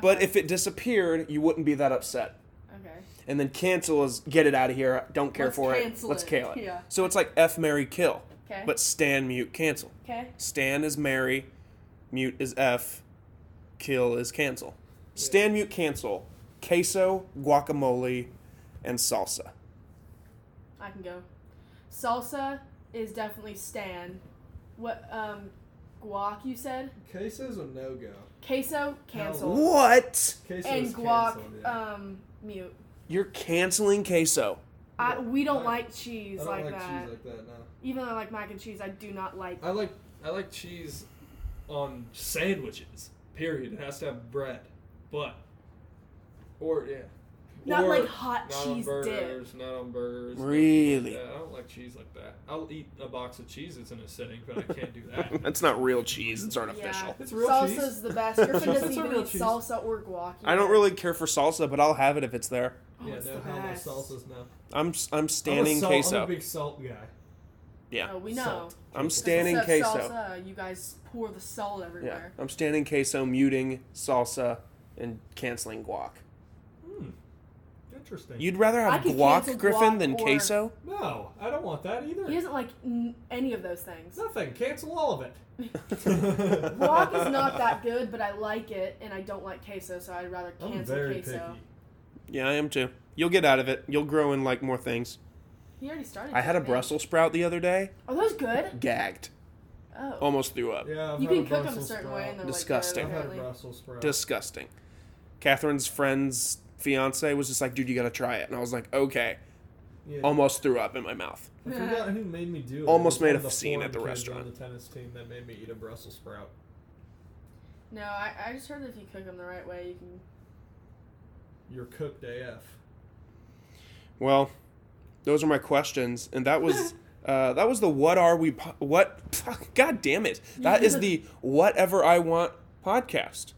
[SPEAKER 1] but
[SPEAKER 2] Okay,
[SPEAKER 1] if it disappeared, you wouldn't be that upset.
[SPEAKER 2] okay.
[SPEAKER 1] And then cancel is get it out of here, don't care
[SPEAKER 2] Let's
[SPEAKER 1] for it,
[SPEAKER 2] cancel
[SPEAKER 1] let's
[SPEAKER 2] it.
[SPEAKER 1] kill it.
[SPEAKER 2] Yeah.
[SPEAKER 1] So it's like F, Mary, kill.
[SPEAKER 2] Okay.
[SPEAKER 1] But Stan, mute, cancel.
[SPEAKER 2] okay.
[SPEAKER 1] Stan is Mary, mute is F, kill is cancel. Stan, mute, cancel. Queso, guacamole, and salsa.
[SPEAKER 2] I can go. Salsa is definitely stan. What um, guac you said?
[SPEAKER 3] Queso's a no go.
[SPEAKER 2] Queso cancel.
[SPEAKER 1] What?
[SPEAKER 3] Queso's
[SPEAKER 2] And guac
[SPEAKER 3] canceled, yeah.
[SPEAKER 2] um mute.
[SPEAKER 1] You're canceling queso.
[SPEAKER 2] I,
[SPEAKER 3] Yeah.
[SPEAKER 2] we don't
[SPEAKER 3] I-
[SPEAKER 2] like
[SPEAKER 3] I
[SPEAKER 2] cheese
[SPEAKER 3] don't
[SPEAKER 2] like,
[SPEAKER 3] like
[SPEAKER 2] that.
[SPEAKER 3] cheese like that. No.
[SPEAKER 2] Even though I like mac and cheese, I do not like.
[SPEAKER 3] I like I like cheese on sandwiches. Period. It has to have bread, but or yeah.
[SPEAKER 2] Not
[SPEAKER 3] Or
[SPEAKER 2] like hot
[SPEAKER 3] not on
[SPEAKER 2] cheese dip.
[SPEAKER 3] burgers, not on burgers.
[SPEAKER 1] Really?
[SPEAKER 3] Yeah, I don't like cheese like that. I'll eat a box of cheeses in a sitting, but I can't do that.
[SPEAKER 1] That's not real cheese. It's
[SPEAKER 2] Yeah.
[SPEAKER 1] artificial.
[SPEAKER 3] It's real
[SPEAKER 2] Salsa's
[SPEAKER 3] cheese.
[SPEAKER 2] the best. Griffin doesn't
[SPEAKER 3] It's a
[SPEAKER 2] even
[SPEAKER 3] real
[SPEAKER 2] eat
[SPEAKER 3] cheese.
[SPEAKER 2] salsa or guac.
[SPEAKER 1] I don't
[SPEAKER 2] either.
[SPEAKER 1] really care for salsa, but I'll have it if it's there.
[SPEAKER 2] Oh,
[SPEAKER 3] yeah,
[SPEAKER 2] it's
[SPEAKER 3] no,
[SPEAKER 2] the
[SPEAKER 3] hell no
[SPEAKER 2] best.
[SPEAKER 3] salsas no.
[SPEAKER 1] I'm I'm standing
[SPEAKER 3] I'm a salt, I'm
[SPEAKER 1] queso.
[SPEAKER 3] a big salt guy.
[SPEAKER 1] Yeah.
[SPEAKER 2] Oh, we know.
[SPEAKER 3] Salt.
[SPEAKER 1] I'm
[SPEAKER 2] Because
[SPEAKER 1] standing
[SPEAKER 2] instead of
[SPEAKER 1] queso.
[SPEAKER 2] Salsa, you guys pour the salt
[SPEAKER 1] Yeah.
[SPEAKER 2] everywhere.
[SPEAKER 1] I'm standing queso, muting salsa, and canceling guac.
[SPEAKER 3] Hmm. Interesting.
[SPEAKER 1] You'd rather
[SPEAKER 2] I
[SPEAKER 1] have
[SPEAKER 2] could
[SPEAKER 1] guac,
[SPEAKER 2] cancel
[SPEAKER 1] Griffin,
[SPEAKER 2] guac
[SPEAKER 1] than
[SPEAKER 2] or-
[SPEAKER 1] queso?
[SPEAKER 3] no, I don't want that either.
[SPEAKER 2] He doesn't like n- any of those things.
[SPEAKER 3] Nothing. Cancel all of it.
[SPEAKER 2] Guac is not that good, but I like it, and I don't like queso, so I'd rather
[SPEAKER 3] I'm
[SPEAKER 2] cancel
[SPEAKER 3] very
[SPEAKER 2] queso.
[SPEAKER 3] picky.
[SPEAKER 1] Yeah, I am too. You'll get out of it. You'll grow in like more things.
[SPEAKER 2] He already started.
[SPEAKER 1] I had a
[SPEAKER 2] doing it.
[SPEAKER 1] Brussels sprout the other day.
[SPEAKER 2] Are those good?
[SPEAKER 1] Gagged.
[SPEAKER 2] Oh,
[SPEAKER 1] Almost threw up.
[SPEAKER 3] Yeah, I've
[SPEAKER 2] you
[SPEAKER 3] had
[SPEAKER 2] can
[SPEAKER 3] a
[SPEAKER 2] cook them a
[SPEAKER 3] Brussels
[SPEAKER 2] certain
[SPEAKER 3] sprout.
[SPEAKER 2] way, and they're
[SPEAKER 1] Disgusting.
[SPEAKER 2] like
[SPEAKER 3] I've
[SPEAKER 2] good,
[SPEAKER 3] had a
[SPEAKER 2] apparently.
[SPEAKER 3] Brussels sprout.
[SPEAKER 1] Disgusting. Catherine's friend's fiance was just like, "Dude, you gotta try it," and I was like, "Okay."
[SPEAKER 3] Yeah.
[SPEAKER 1] Almost threw up in my mouth.
[SPEAKER 3] I forgot who made me do it.
[SPEAKER 1] Almost
[SPEAKER 3] It was
[SPEAKER 1] made
[SPEAKER 3] one
[SPEAKER 1] a
[SPEAKER 3] of the
[SPEAKER 1] scene at
[SPEAKER 3] foreign
[SPEAKER 1] the
[SPEAKER 3] kids
[SPEAKER 1] restaurant.
[SPEAKER 3] On the tennis team that made me eat a Brussels sprout.
[SPEAKER 2] No, I, I just heard that if you cook them the right way, you can.
[SPEAKER 3] You're cooked AF.
[SPEAKER 1] Well, those are my questions, and that was uh, that was the what are we po- what God damn it that is the whatever I want podcast.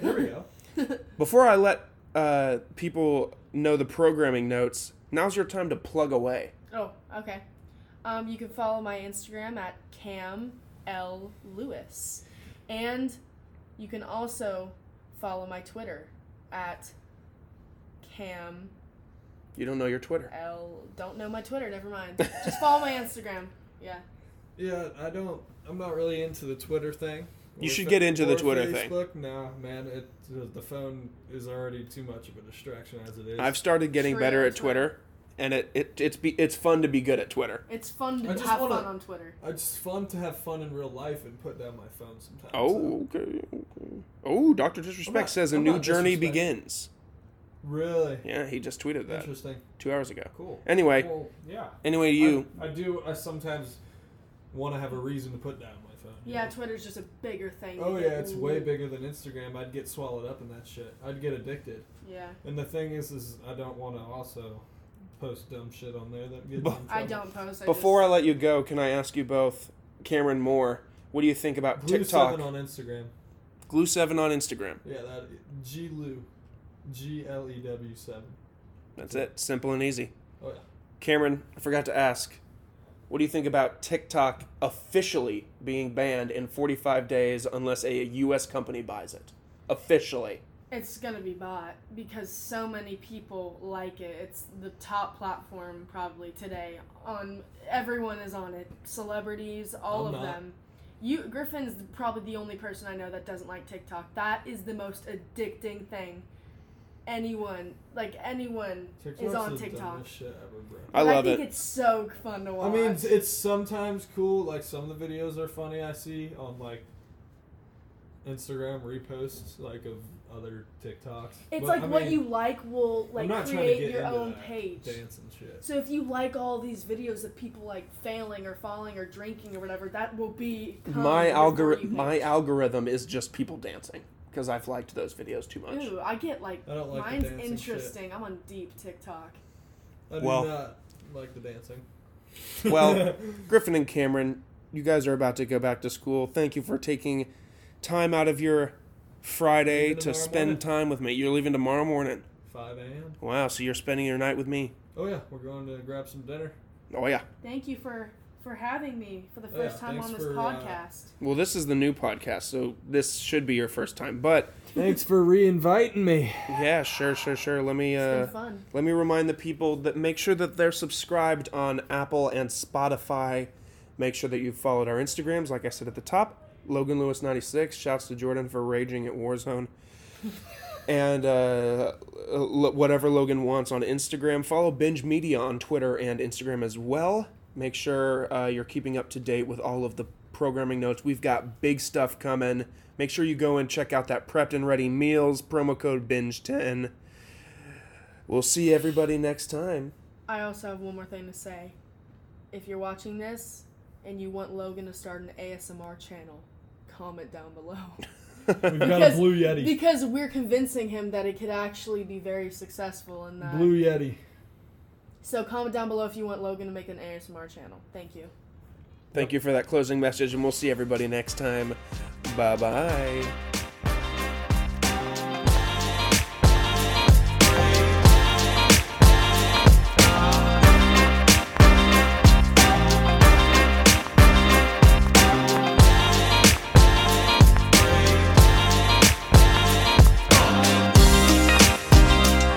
[SPEAKER 3] there we go.
[SPEAKER 1] Before I let uh, people know the programming notes, now's your time to plug away.
[SPEAKER 2] Oh, okay. Um, you can follow my Instagram at Cam L Lewis, and you can also follow my Twitter at Cam
[SPEAKER 1] You don't know your Twitter.
[SPEAKER 2] L. Don't know my Twitter. Never mind. Just follow my Instagram. Yeah.
[SPEAKER 3] Yeah, I don't. I'm not really into the Twitter thing.
[SPEAKER 1] You
[SPEAKER 3] Or
[SPEAKER 1] should
[SPEAKER 3] Fa-
[SPEAKER 1] get into the
[SPEAKER 3] or
[SPEAKER 1] Twitter thing.
[SPEAKER 3] Facebook? No, man. It, the- the phone is already too much of a distraction as it is.
[SPEAKER 1] I've started getting
[SPEAKER 2] True,
[SPEAKER 1] better at
[SPEAKER 2] true.
[SPEAKER 1] Twitter, and it, it it's be it's fun to be good at Twitter.
[SPEAKER 2] It's fun to
[SPEAKER 3] I
[SPEAKER 2] have
[SPEAKER 3] just wanna-
[SPEAKER 2] fun on Twitter.
[SPEAKER 3] it's fun to have fun in real life and put down my phone sometimes.
[SPEAKER 1] Oh, okay. okay. Oh, Doctor Disrespect
[SPEAKER 3] I'm not-
[SPEAKER 1] says a
[SPEAKER 3] I'm
[SPEAKER 1] new
[SPEAKER 3] not
[SPEAKER 1] journey
[SPEAKER 3] disrespect-
[SPEAKER 1] begins.
[SPEAKER 3] Really?
[SPEAKER 1] Yeah, he just tweeted that
[SPEAKER 3] Interesting.
[SPEAKER 1] two hours ago.
[SPEAKER 3] Cool.
[SPEAKER 1] Anyway,
[SPEAKER 3] Well, yeah.
[SPEAKER 1] anyway, you.
[SPEAKER 3] I, I do. I sometimes want to have a reason to put down my phone. you
[SPEAKER 2] Yeah,
[SPEAKER 3] know?
[SPEAKER 2] Twitter's just a bigger thing.
[SPEAKER 3] Oh
[SPEAKER 2] You
[SPEAKER 3] yeah,
[SPEAKER 2] get-
[SPEAKER 3] it's way bigger than Instagram. I'd get swallowed up in that shit. I'd get addicted.
[SPEAKER 2] Yeah.
[SPEAKER 3] And the thing is, is I don't want to also post dumb shit on there. That gets
[SPEAKER 1] Bu-
[SPEAKER 3] me in
[SPEAKER 2] I
[SPEAKER 3] trouble.
[SPEAKER 2] don't post. I
[SPEAKER 1] Before I
[SPEAKER 2] just,
[SPEAKER 1] let you go, can I ask you both, Cameron Moore, what do you think about
[SPEAKER 3] Blue
[SPEAKER 1] TikTok?
[SPEAKER 3] Seven on Instagram.
[SPEAKER 1] Glue Seven on Instagram.
[SPEAKER 3] Yeah, that G Lou, G L E W seven.
[SPEAKER 1] That's it. Simple and easy.
[SPEAKER 3] Oh yeah.
[SPEAKER 1] Cameron, I forgot to ask, what do you think about TikTok officially being banned in 45 days unless a U.S. company buys it? Officially.
[SPEAKER 2] It's gonna be bought because so many people like it. It's the top platform probably today. On everyone is on it. Celebrities, all
[SPEAKER 3] I'm
[SPEAKER 2] of
[SPEAKER 3] not.
[SPEAKER 2] them. You Griffin's probably the only person I know that doesn't like TikTok. That is the most addicting thing. Anyone, like anyone, is on
[SPEAKER 3] the
[SPEAKER 2] TikTok.
[SPEAKER 3] dumbest Shit ever, bro.
[SPEAKER 1] I
[SPEAKER 2] But
[SPEAKER 1] love
[SPEAKER 2] think
[SPEAKER 1] it.
[SPEAKER 2] It's so fun to
[SPEAKER 3] I
[SPEAKER 2] watch.
[SPEAKER 3] mean, it's, it's sometimes cool. Like some of the videos are funny. I see on like Instagram reposts, like of other TikToks.
[SPEAKER 2] It's
[SPEAKER 3] But,
[SPEAKER 2] like
[SPEAKER 3] I
[SPEAKER 2] what
[SPEAKER 3] mean,
[SPEAKER 2] you like will
[SPEAKER 3] I'm
[SPEAKER 2] like
[SPEAKER 3] not trying to
[SPEAKER 2] create
[SPEAKER 3] get
[SPEAKER 2] your
[SPEAKER 3] into
[SPEAKER 2] own
[SPEAKER 3] that
[SPEAKER 2] page.
[SPEAKER 3] dance and shit.
[SPEAKER 2] So if you like all these videos of people like failing or falling or drinking or whatever, that will be
[SPEAKER 1] My algorithm, my algorithm is just people dancing because I've liked those videos too much.
[SPEAKER 2] Ooh, I get like,
[SPEAKER 3] I don't like the
[SPEAKER 2] mine's
[SPEAKER 3] dancing shit.
[SPEAKER 2] interesting. I'm on deep TikTok.
[SPEAKER 3] I do
[SPEAKER 1] Well-
[SPEAKER 3] not like the dancing.
[SPEAKER 1] Well, Griffin and Cameron, you guys are about to go back to school. Thank you for taking time out of your Friday
[SPEAKER 3] Leaving
[SPEAKER 1] to
[SPEAKER 3] tomorrow
[SPEAKER 1] spend
[SPEAKER 3] morning.
[SPEAKER 1] time with me. You're leaving tomorrow morning.
[SPEAKER 3] five a.m.
[SPEAKER 1] Wow, so you're spending your night with me.
[SPEAKER 3] Oh yeah, we're going to grab some dinner.
[SPEAKER 1] Oh yeah.
[SPEAKER 2] Thank you for for having me for the
[SPEAKER 3] Yeah,
[SPEAKER 2] first time
[SPEAKER 3] thanks
[SPEAKER 2] on this
[SPEAKER 3] for, uh,
[SPEAKER 2] podcast.
[SPEAKER 1] Well, this is the new podcast, so this should be your first time. But
[SPEAKER 3] Thanks for re-inviting me.
[SPEAKER 1] yeah, sure, sure, sure. Let me
[SPEAKER 2] it's
[SPEAKER 1] uh
[SPEAKER 2] been fun.
[SPEAKER 1] let me remind the people that make sure that they're subscribed on Apple and Spotify. Make sure that you've followed our Instagrams, like I said at the top. Logan Lewis 96. Shouts to Jordan for raging at Warzone. and uh, l- whatever Logan wants on Instagram. Follow Binge Media on Twitter and Instagram as well. Make sure uh, you're keeping up to date with all of the programming notes. We've got big stuff coming. Make sure you go and check out that prepped and ready meals promo code binge10. We'll see everybody next time.
[SPEAKER 2] I also have one more thing to say. If you're watching this and you want Logan to start an ASMR channel, comment down below.
[SPEAKER 3] We've got
[SPEAKER 2] Because-
[SPEAKER 3] a blue yeti.
[SPEAKER 2] Because we're convincing him that it could actually be very successful and that.
[SPEAKER 3] Blue yeti.
[SPEAKER 2] So comment down below if you want Logan to make an ASMR channel. Thank you.
[SPEAKER 1] Thank you for that closing message, and we'll see everybody next time. Bye bye.